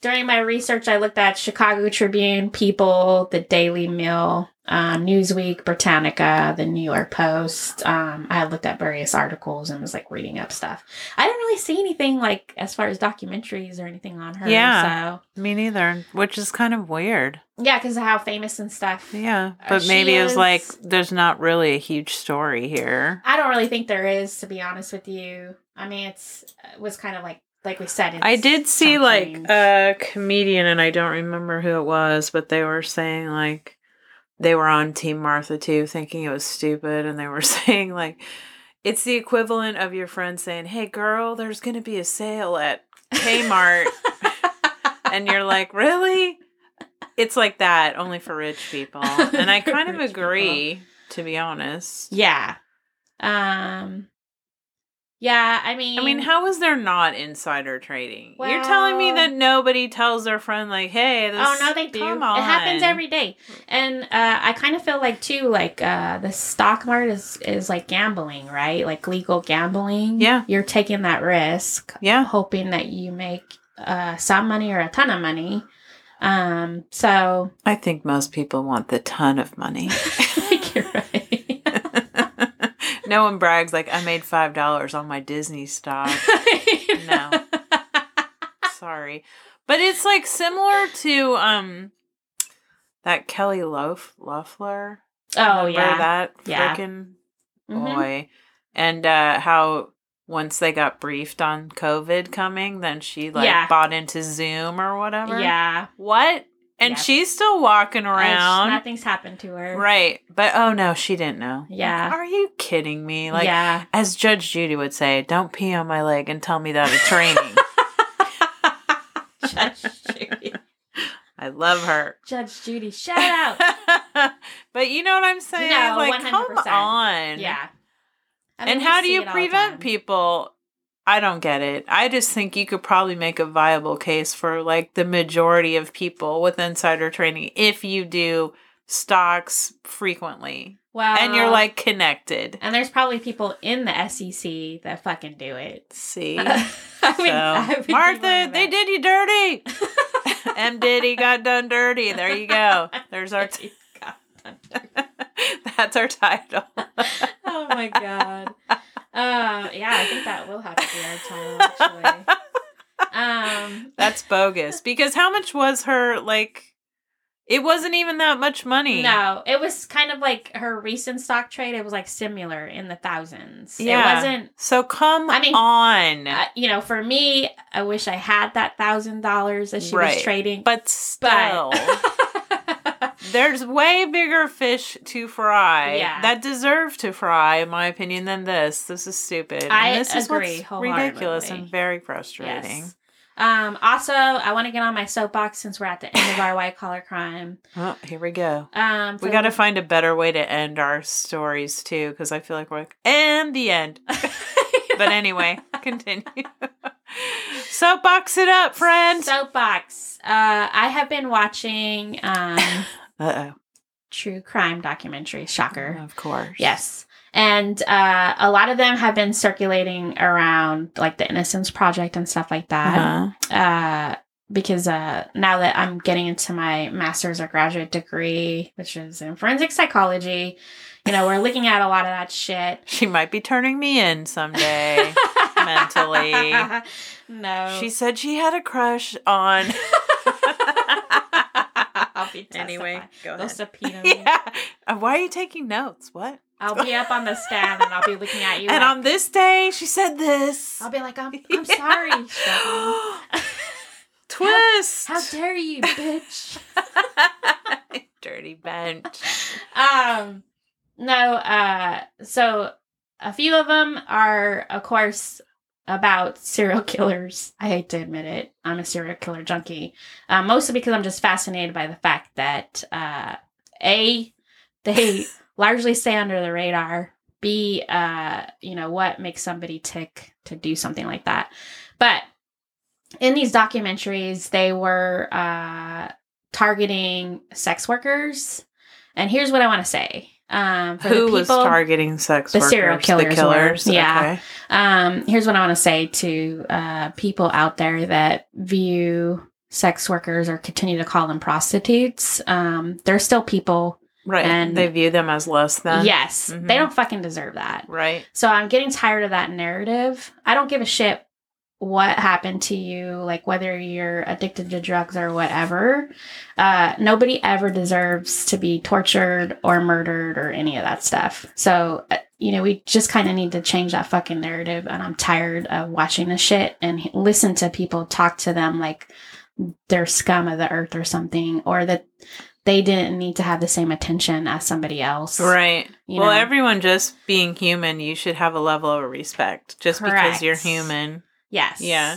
Speaker 2: during my research, I looked at Chicago Tribune, People, the Daily Mail, um, Newsweek, Britannica, the New York Post. Um, I looked at various articles and was like reading up stuff. I didn't really see anything like as far as documentaries or anything on her.
Speaker 3: Yeah.
Speaker 2: Yeah.
Speaker 3: Me neither, which is kind of weird.
Speaker 2: So, yeah, because of how famous and stuff.
Speaker 3: Yeah,
Speaker 2: Uh,
Speaker 3: but
Speaker 2: she
Speaker 3: maybe it was
Speaker 2: is-
Speaker 3: like there's not really a huge story here.
Speaker 2: I don't really think there is, to be honest with you. I mean, it's it was kind of like like we said. It's
Speaker 3: I did see
Speaker 2: something-
Speaker 3: like uh, a comedian, and I don't remember who it was, but they were saying like they were on Team Martha too, thinking it was stupid, and they were saying like it's the equivalent of your friend saying, "Hey, girl, there's gonna be a sale at Kmart," and you're like, "Really?" It's like that, only for rich people, and I kind of
Speaker 2: Rich people.
Speaker 3: agree, to be honest.
Speaker 2: yeah, um, yeah. I mean,
Speaker 3: I mean, how is there not insider trading? You're
Speaker 2: Well-
Speaker 3: telling me that nobody tells their friend like, "Hey, this
Speaker 2: Oh no, they do.
Speaker 3: Come
Speaker 2: It happens
Speaker 3: on.
Speaker 2: every day, and uh, I kind of feel like too, like uh, the stock market is is like gambling, right? Like legal gambling.
Speaker 3: Yeah.
Speaker 2: you're taking that risk,
Speaker 3: Yeah,
Speaker 2: hoping that you make uh, some money or a ton of money. Um, so
Speaker 3: I think most people want the ton of money.
Speaker 2: I think you're right.
Speaker 3: no one brags like I made five dollars on my Disney stock. No. Sorry, but it's like similar to um that Kelly Loaf Loeffler.
Speaker 2: Oh
Speaker 3: Remember
Speaker 2: yeah.
Speaker 3: that
Speaker 2: Yeah.
Speaker 3: freaking
Speaker 2: Mhm.
Speaker 3: boy, and uh, how once they got briefed on COVID coming, then she like
Speaker 2: Yeah.
Speaker 3: bought into Zoom or whatever.
Speaker 2: Yeah.
Speaker 3: What? And
Speaker 2: Yes.
Speaker 3: she's still walking
Speaker 2: Uh,
Speaker 3: around.
Speaker 2: nothing's happened to her.
Speaker 3: Right. But oh no, she didn't know.
Speaker 2: Yeah.
Speaker 3: Like, are you kidding me? Like
Speaker 2: yeah.
Speaker 3: as Judge Judy would say, don't pee on my leg and tell me that it's training.
Speaker 2: Judge Judy.
Speaker 3: I love her.
Speaker 2: Judge Judy, shout out.
Speaker 3: but you know what I'm saying?
Speaker 2: No,
Speaker 3: like come
Speaker 2: 100%.
Speaker 3: on.
Speaker 2: Yeah. I mean,
Speaker 3: and
Speaker 2: we
Speaker 3: how do
Speaker 2: see
Speaker 3: you
Speaker 2: it all the
Speaker 3: prevent
Speaker 2: time.
Speaker 3: people? I don't get it. I just think you could probably make a viable case for like the majority of people with insider training if you do stocks frequently
Speaker 2: Well,
Speaker 3: and you're like connected.
Speaker 2: and there's probably people in the SEC that fucking do it.
Speaker 3: See?
Speaker 2: I
Speaker 3: So,
Speaker 2: mean, I would be worried
Speaker 3: Martha,
Speaker 2: about-
Speaker 3: they did you dirty. M. Diddy got done dirty. There you go. There's our. T- That's our title.
Speaker 2: oh my god. Uh, yeah, I think that will have to be our title actually. Um,
Speaker 3: That's bogus. Because how much was her like? It wasn't even that much money.
Speaker 2: No, it was kind of like her recent stock trade. It was like similar in the thousands.
Speaker 3: Yeah.
Speaker 2: It wasn't,
Speaker 3: So come
Speaker 2: I mean-
Speaker 3: on.
Speaker 2: uh, you know, for me, I wish I had that thousand dollars that she
Speaker 3: Right.
Speaker 2: was trading.
Speaker 3: but still, there's way bigger fish to fry
Speaker 2: Yeah.
Speaker 3: that deserve to fry, in my opinion, than this. This is stupid. And
Speaker 2: I
Speaker 3: this
Speaker 2: agree
Speaker 3: is what's ridiculous
Speaker 2: wholeheartedly.
Speaker 3: and very frustrating.
Speaker 2: yes. Um, also, I want to get on my soapbox since we're at the end of our white collar crime.
Speaker 3: Oh, here we go.
Speaker 2: Um,
Speaker 3: We
Speaker 2: for-
Speaker 3: got to find a better way to end our stories too, because I feel like we're like, and the end. but anyway, continue. Soapbox it up, friend.
Speaker 2: soapbox. Uh, I have been watching um,
Speaker 3: uh
Speaker 2: true crime documentaries.
Speaker 3: oh.
Speaker 2: Shocker.
Speaker 3: Of course.
Speaker 2: Yes. And uh, a lot of them have been circulating around like the Innocence Project and stuff like that.
Speaker 3: Uh-huh.
Speaker 2: uh because uh, now that I'm getting into my master's or graduate degree, which is in forensic psychology, you know, we're looking at a lot of that shit.
Speaker 3: She might be turning me in someday. Mentally.
Speaker 2: No.
Speaker 3: she said she had a crush on.
Speaker 2: I'll be
Speaker 3: anyway,
Speaker 2: testifying.
Speaker 3: go
Speaker 2: They'll
Speaker 3: ahead.
Speaker 2: subpoena me.
Speaker 3: Yeah. Uh, Why are you taking notes? What?
Speaker 2: I'll be up on the stand and I'll be looking at you.
Speaker 3: and
Speaker 2: like-
Speaker 3: on this day, she said this.
Speaker 2: I'll be like, I'm, I'm sorry. Shelby.
Speaker 3: Twist.
Speaker 2: How dare you, bitch?
Speaker 3: Dirty bench.
Speaker 2: um no uh so a few of them are of course about serial killers i hate to admit it i'm a serial killer junkie uh, mostly because i'm just fascinated by the fact that uh a they largely stay under the radar b uh you know what makes somebody tick to do something like that but in these documentaries they were uh targeting sex workers and here's what I want to say. Um, for
Speaker 3: Who
Speaker 2: the
Speaker 3: was
Speaker 2: people,
Speaker 3: targeting sex
Speaker 2: the
Speaker 3: workers?
Speaker 2: serial killers
Speaker 3: The killers.
Speaker 2: were, yeah.
Speaker 3: Okay.
Speaker 2: um, here's what I want to say to uh, people out there that view sex workers or continue to call them prostitutes. Um, they're still people.
Speaker 3: Right.
Speaker 2: And-
Speaker 3: they view them as less than.
Speaker 2: yes,
Speaker 3: Mhm.
Speaker 2: they don't fucking deserve that.
Speaker 3: Right.
Speaker 2: So I'm getting tired of that narrative. I don't give a shit what happened to you, like whether you're addicted to drugs or whatever. Uh, nobody ever deserves to be tortured or murdered or any of that stuff. So, uh, you know, we just kind of need to change that fucking narrative. And I'm tired of watching this shit and h- listen to people talk to them like they're scum of the earth or something, or that they didn't need to have the same attention as somebody else.
Speaker 3: Right.
Speaker 2: You
Speaker 3: well,
Speaker 2: know.
Speaker 3: everyone just being human, you should have a level of respect just because you're
Speaker 2: Correct.
Speaker 3: human.
Speaker 2: Yes.
Speaker 3: Yeah.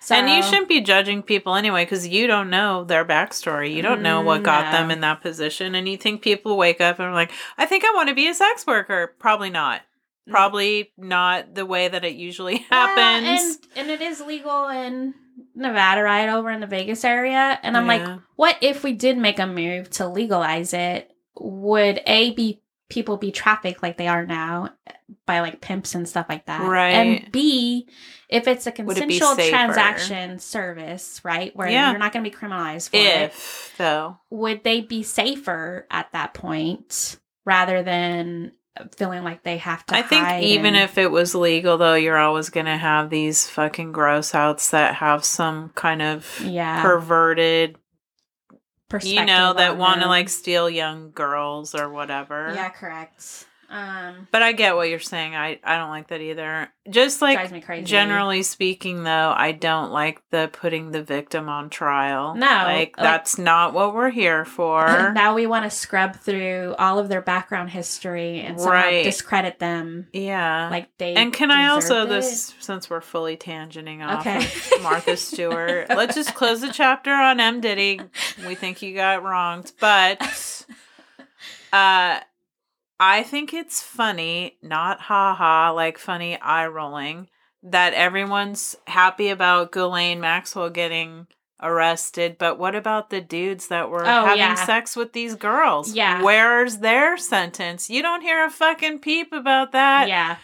Speaker 2: So,
Speaker 3: and you shouldn't be judging people anyway because you don't know their backstory. You don't know what got them
Speaker 2: No.
Speaker 3: in that position. And you think people wake up and are like, I think I want to be a sex worker. Probably not. Probably not the way that it usually
Speaker 2: Mm. Well,
Speaker 3: happens.
Speaker 2: and, and it is legal in Nevada, right? Over in the Vegas area. And I'm
Speaker 3: Yeah.
Speaker 2: like, what if we did make a move to legalize it? Would A, be people be trafficked like they are now by like pimps and stuff like that?
Speaker 3: Right.
Speaker 2: And B, if it's a
Speaker 3: Would it be
Speaker 2: consensual
Speaker 3: safer?
Speaker 2: transaction service, right? Where
Speaker 3: Yeah.
Speaker 2: you're not going to be criminalized for it,
Speaker 3: if, though.
Speaker 2: would they be safer at that point rather than feeling like they have to
Speaker 3: I think
Speaker 2: hide
Speaker 3: even
Speaker 2: and-
Speaker 3: if it was legal, though, you're always going to have these fucking gross outs that have some kind of
Speaker 2: yeah
Speaker 3: perverted,
Speaker 2: perspective
Speaker 3: you know, that
Speaker 2: on
Speaker 3: want to
Speaker 2: them.
Speaker 3: like steal young girls or whatever.
Speaker 2: Yeah, correct. Um,
Speaker 3: But I get what you're saying. I, I don't like that either. Just like
Speaker 2: drives me crazy.
Speaker 3: generally speaking, though, I don't like the putting the victim on trial.
Speaker 2: No,
Speaker 3: Like,
Speaker 2: like-
Speaker 3: that's not what we're here for.
Speaker 2: now we want to scrub through all of their background history and somehow
Speaker 3: Right.
Speaker 2: discredit them.
Speaker 3: yeah.
Speaker 2: Like they
Speaker 3: And can I also
Speaker 2: deserved
Speaker 3: this since we're fully tangenting off
Speaker 2: Okay.
Speaker 3: of Martha Stewart? let's just close the chapter on M Diddy. We think you got wronged, but uh I think it's funny, not haha, like funny eye rolling that everyone's happy about Ghislaine Maxwell getting arrested, but what about the dudes that were
Speaker 2: Oh,
Speaker 3: having
Speaker 2: yeah.
Speaker 3: sex with these girls?
Speaker 2: Yeah.
Speaker 3: Where's their sentence? You don't hear a fucking peep about that.
Speaker 2: it? Yeah,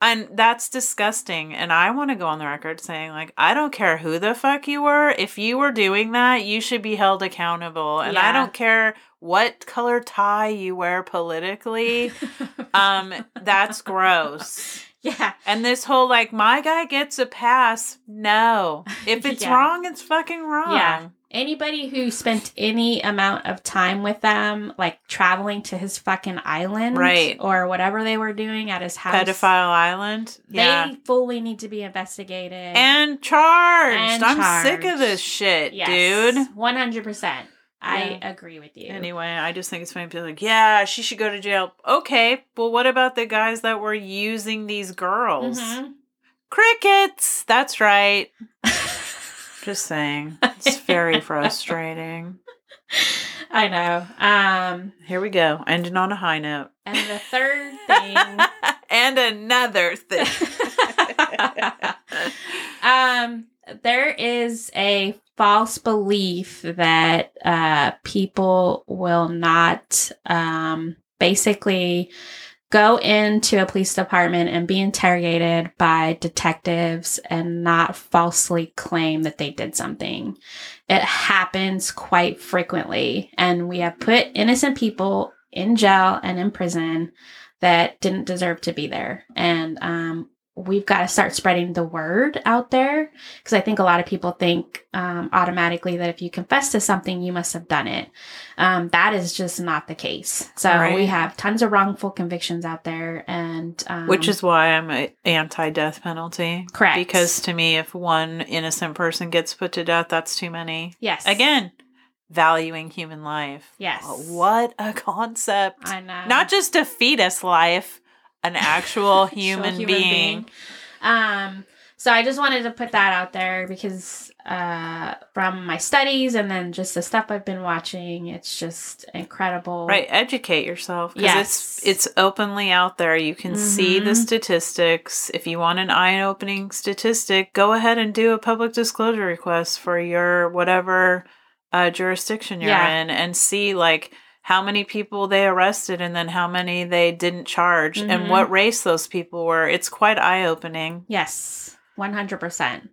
Speaker 3: And that's disgusting. And I want to go on the record saying, like, I don't care who the fuck you were. If you were doing that, you should be held accountable. And I
Speaker 2: Yeah.
Speaker 3: don't care what color tie you wear politically. um, that's gross.
Speaker 2: yeah,
Speaker 3: And this whole, like, my guy gets a pass. No. If it's
Speaker 2: Yeah.
Speaker 3: wrong, it's fucking wrong.
Speaker 2: yeah. Anybody who spent any amount of time with them, like traveling to his fucking island,
Speaker 3: Right.
Speaker 2: or whatever they were doing at his house,
Speaker 3: Pedophile Island.
Speaker 2: they fully need to be investigated.
Speaker 3: And charged.
Speaker 2: And
Speaker 3: I'm sick of
Speaker 2: charged.
Speaker 3: this shit, dude.
Speaker 2: one hundred percent. I
Speaker 3: Yeah.
Speaker 2: agree with you.
Speaker 3: Anyway, I just think it's funny. People are like, yeah, she should go to jail. Okay, well, what about the guys that were using these girls?
Speaker 2: Mhm.
Speaker 3: Crickets. That's right. just saying, it's very frustrating.
Speaker 2: I know. Um,
Speaker 3: Here we go, ending on a high note.
Speaker 2: and the third thing,
Speaker 3: and another thing.
Speaker 2: um, there is a false belief that uh, people will not um, basically go into a police department and be interrogated by detectives and not falsely claim that they did something. It happens quite frequently, and we have put innocent people in jail and in prison that didn't deserve to be there. And um, we've got to start spreading the word out there because I think a lot of people think um, automatically that if you confess to something, you must have done it. Um, that is just not the case. So we
Speaker 3: Right.
Speaker 2: have tons of wrongful convictions out there, and um,
Speaker 3: Which is why I'm a- anti-death penalty.
Speaker 2: correct
Speaker 3: Because to me, if one innocent person gets put to death, that's too many.
Speaker 2: yes,
Speaker 3: Again, valuing human life.
Speaker 2: Yes.
Speaker 3: What a concept.
Speaker 2: I know.
Speaker 3: Not just a fetus life, an actual human,
Speaker 2: Actual
Speaker 3: being.
Speaker 2: Um, so I just wanted to put that out there because uh, from my studies and then just the stuff I've been watching, it's just incredible.
Speaker 3: Right, educate yourself because
Speaker 2: Yes.
Speaker 3: it's it's openly out there. You can see the
Speaker 2: Mhm.
Speaker 3: statistics. If you want an eye-opening statistic, go ahead and do a public disclosure request for your whatever uh, jurisdiction you're
Speaker 2: Yeah.
Speaker 3: in, and see like how many people they arrested and then how many they didn't charge
Speaker 2: Mhm.
Speaker 3: and what race those people were. It's quite eye-opening.
Speaker 2: Yes, one hundred percent.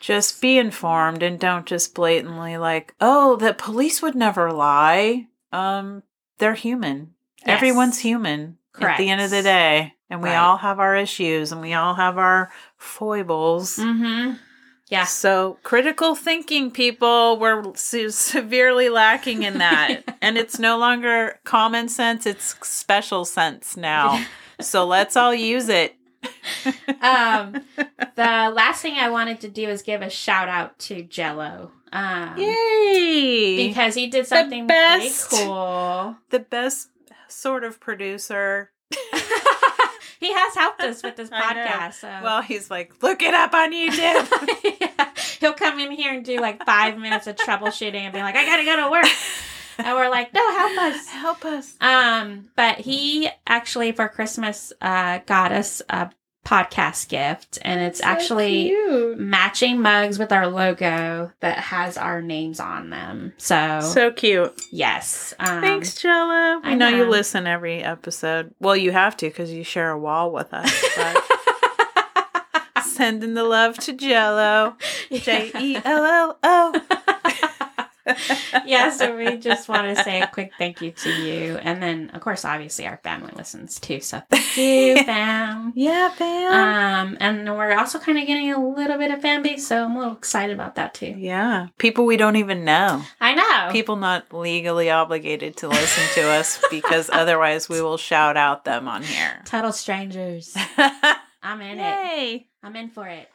Speaker 3: Just be informed and don't just blatantly like, "Oh, the police would never lie." Um, they're human. Everyone's human at the end of the
Speaker 2: Correct.
Speaker 3: day, and we
Speaker 2: Right.
Speaker 3: all have our issues and we all have our foibles.
Speaker 2: Mm-hmm. Yeah.
Speaker 3: So, critical thinking people were se- severely lacking in that. and it's no longer common sense, it's special sense now. so, let's all use it.
Speaker 2: um, the last thing I wanted to do is give a shout out to Jello. Um,
Speaker 3: Yay!
Speaker 2: Because he did something pretty
Speaker 3: best.
Speaker 2: cool.
Speaker 3: the best sort of producer.
Speaker 2: he has helped us with this
Speaker 3: I know.
Speaker 2: podcast. So.
Speaker 3: Well, he's like, look it up on YouTube.
Speaker 2: Yeah. He'll come in here and do like five minutes of troubleshooting and be like, I gotta go to work. And we're like, no, help us.
Speaker 3: Help us.
Speaker 2: Um, but he actually for Christmas uh, got us a podcast gift, and it's actually matching mugs with our logo that has our names on them. So,
Speaker 3: So cute.
Speaker 2: yes, Oh. um,
Speaker 3: Thanks, Jella. We
Speaker 2: I
Speaker 3: know, you
Speaker 2: know.
Speaker 3: listen every episode. Well, you have to because you share a wall with us. But sending the love to Jello. J E L L O.
Speaker 2: yeah, so we just want to say a quick thank you to you, and then of course, obviously, our family listens too. So, thank you, fam.
Speaker 3: Yeah, fam.
Speaker 2: Um, and we're also kind of getting a little bit of fan base, so I'm a little excited about that too.
Speaker 3: yeah. People we don't even know.
Speaker 2: I know.
Speaker 3: People not legally obligated to listen to us because otherwise we will shout out them on here.
Speaker 2: Total strangers. I'm in it.
Speaker 3: Yay.
Speaker 2: I'm in for it.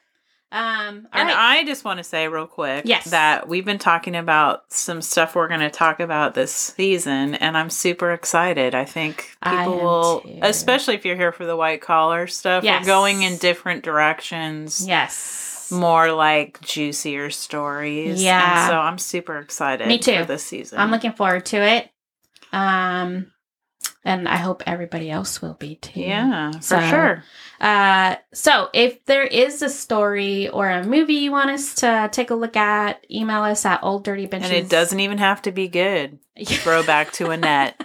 Speaker 2: Um, all
Speaker 3: and
Speaker 2: right.
Speaker 3: I just want to say real quick
Speaker 2: Yes.
Speaker 3: that we've been talking about some stuff we're going to talk about this season, and I'm super excited. I think people
Speaker 2: I am
Speaker 3: will,
Speaker 2: too.
Speaker 3: especially if you're here for the white collar stuff,
Speaker 2: Yes.
Speaker 3: we're going in different directions,
Speaker 2: yes.
Speaker 3: more like juicier stories.
Speaker 2: Yeah.
Speaker 3: And so I'm super excited
Speaker 2: Me too.
Speaker 3: for this season.
Speaker 2: I'm looking forward to it. Um, and I hope everybody else will be too.
Speaker 3: Yeah, for
Speaker 2: So-
Speaker 3: sure.
Speaker 2: Uh, so if there is a story or a movie you want us to take a look at, email us at old dirty
Speaker 3: And
Speaker 2: benches.
Speaker 3: it doesn't even have to be good.
Speaker 2: doesn't.
Speaker 3: Throwback to Annette.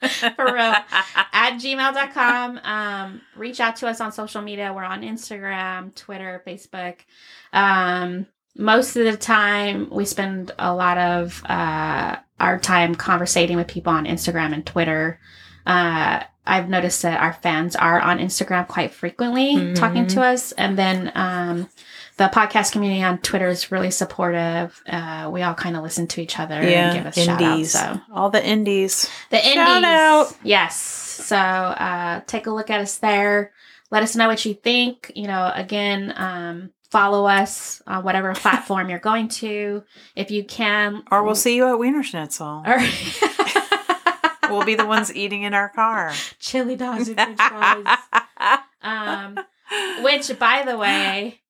Speaker 2: For real. at gmail.com. Um, reach out to us on social media. We're on Instagram, Twitter, Facebook. Um, most of the time, we spend a lot of uh, our time conversating with people on Instagram and Twitter. Uh, I've noticed that our fans are on Instagram quite frequently talking
Speaker 3: Mm-hmm.
Speaker 2: to us. And then um, the podcast community on Twitter is really supportive. Uh, we all kind of listen to each other and
Speaker 3: yeah,
Speaker 2: give us shout outs.
Speaker 3: indies.
Speaker 2: So.
Speaker 3: All the indies.
Speaker 2: The indies.
Speaker 3: Shout out.
Speaker 2: Yes. So uh, take a look at us there. Let us know what you think. You know, again, um, follow us on whatever platform you're going to. If you can.
Speaker 3: Or we'll see you at Wiener Schnitzel.
Speaker 2: Or-
Speaker 3: we'll be the ones eating in our car.
Speaker 2: chili dogs and french fries. Um, which, by the way,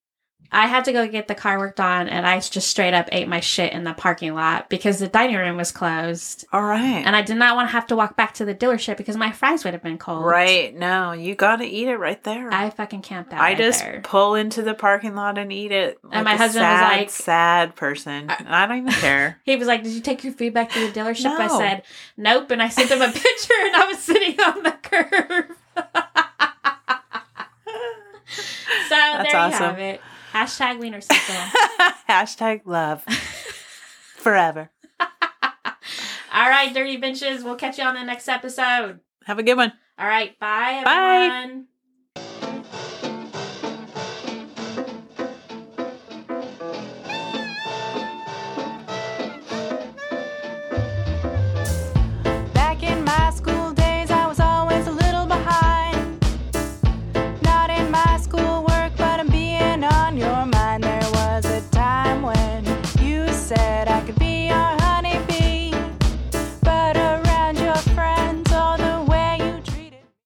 Speaker 2: I had to go get the car worked on and I just straight up ate my shit in the parking lot because the dining room was closed.
Speaker 3: All right.
Speaker 2: And I did not want to have to walk back to the dealership because my fries would have been cold.
Speaker 3: right. No, you got to eat it right there.
Speaker 2: I fucking camped out.
Speaker 3: I
Speaker 2: right
Speaker 3: just
Speaker 2: there.
Speaker 3: pull into the parking lot and eat it. like
Speaker 2: my
Speaker 3: a
Speaker 2: husband was
Speaker 3: sad,
Speaker 2: like-
Speaker 3: sad person. And I don't even care.
Speaker 2: He was like, "Did you take your food back to the dealership?" I
Speaker 3: No.
Speaker 2: said, "Nope," and I sent him a picture, and I was sitting on the curb. so there you
Speaker 3: awesome.
Speaker 2: have it. Hashtag Wiener Circle.
Speaker 3: Hashtag love forever.
Speaker 2: All right, dirty benches. We'll catch you on the next episode.
Speaker 3: Have a good one.
Speaker 2: All right, bye
Speaker 3: Bye.
Speaker 2: everyone.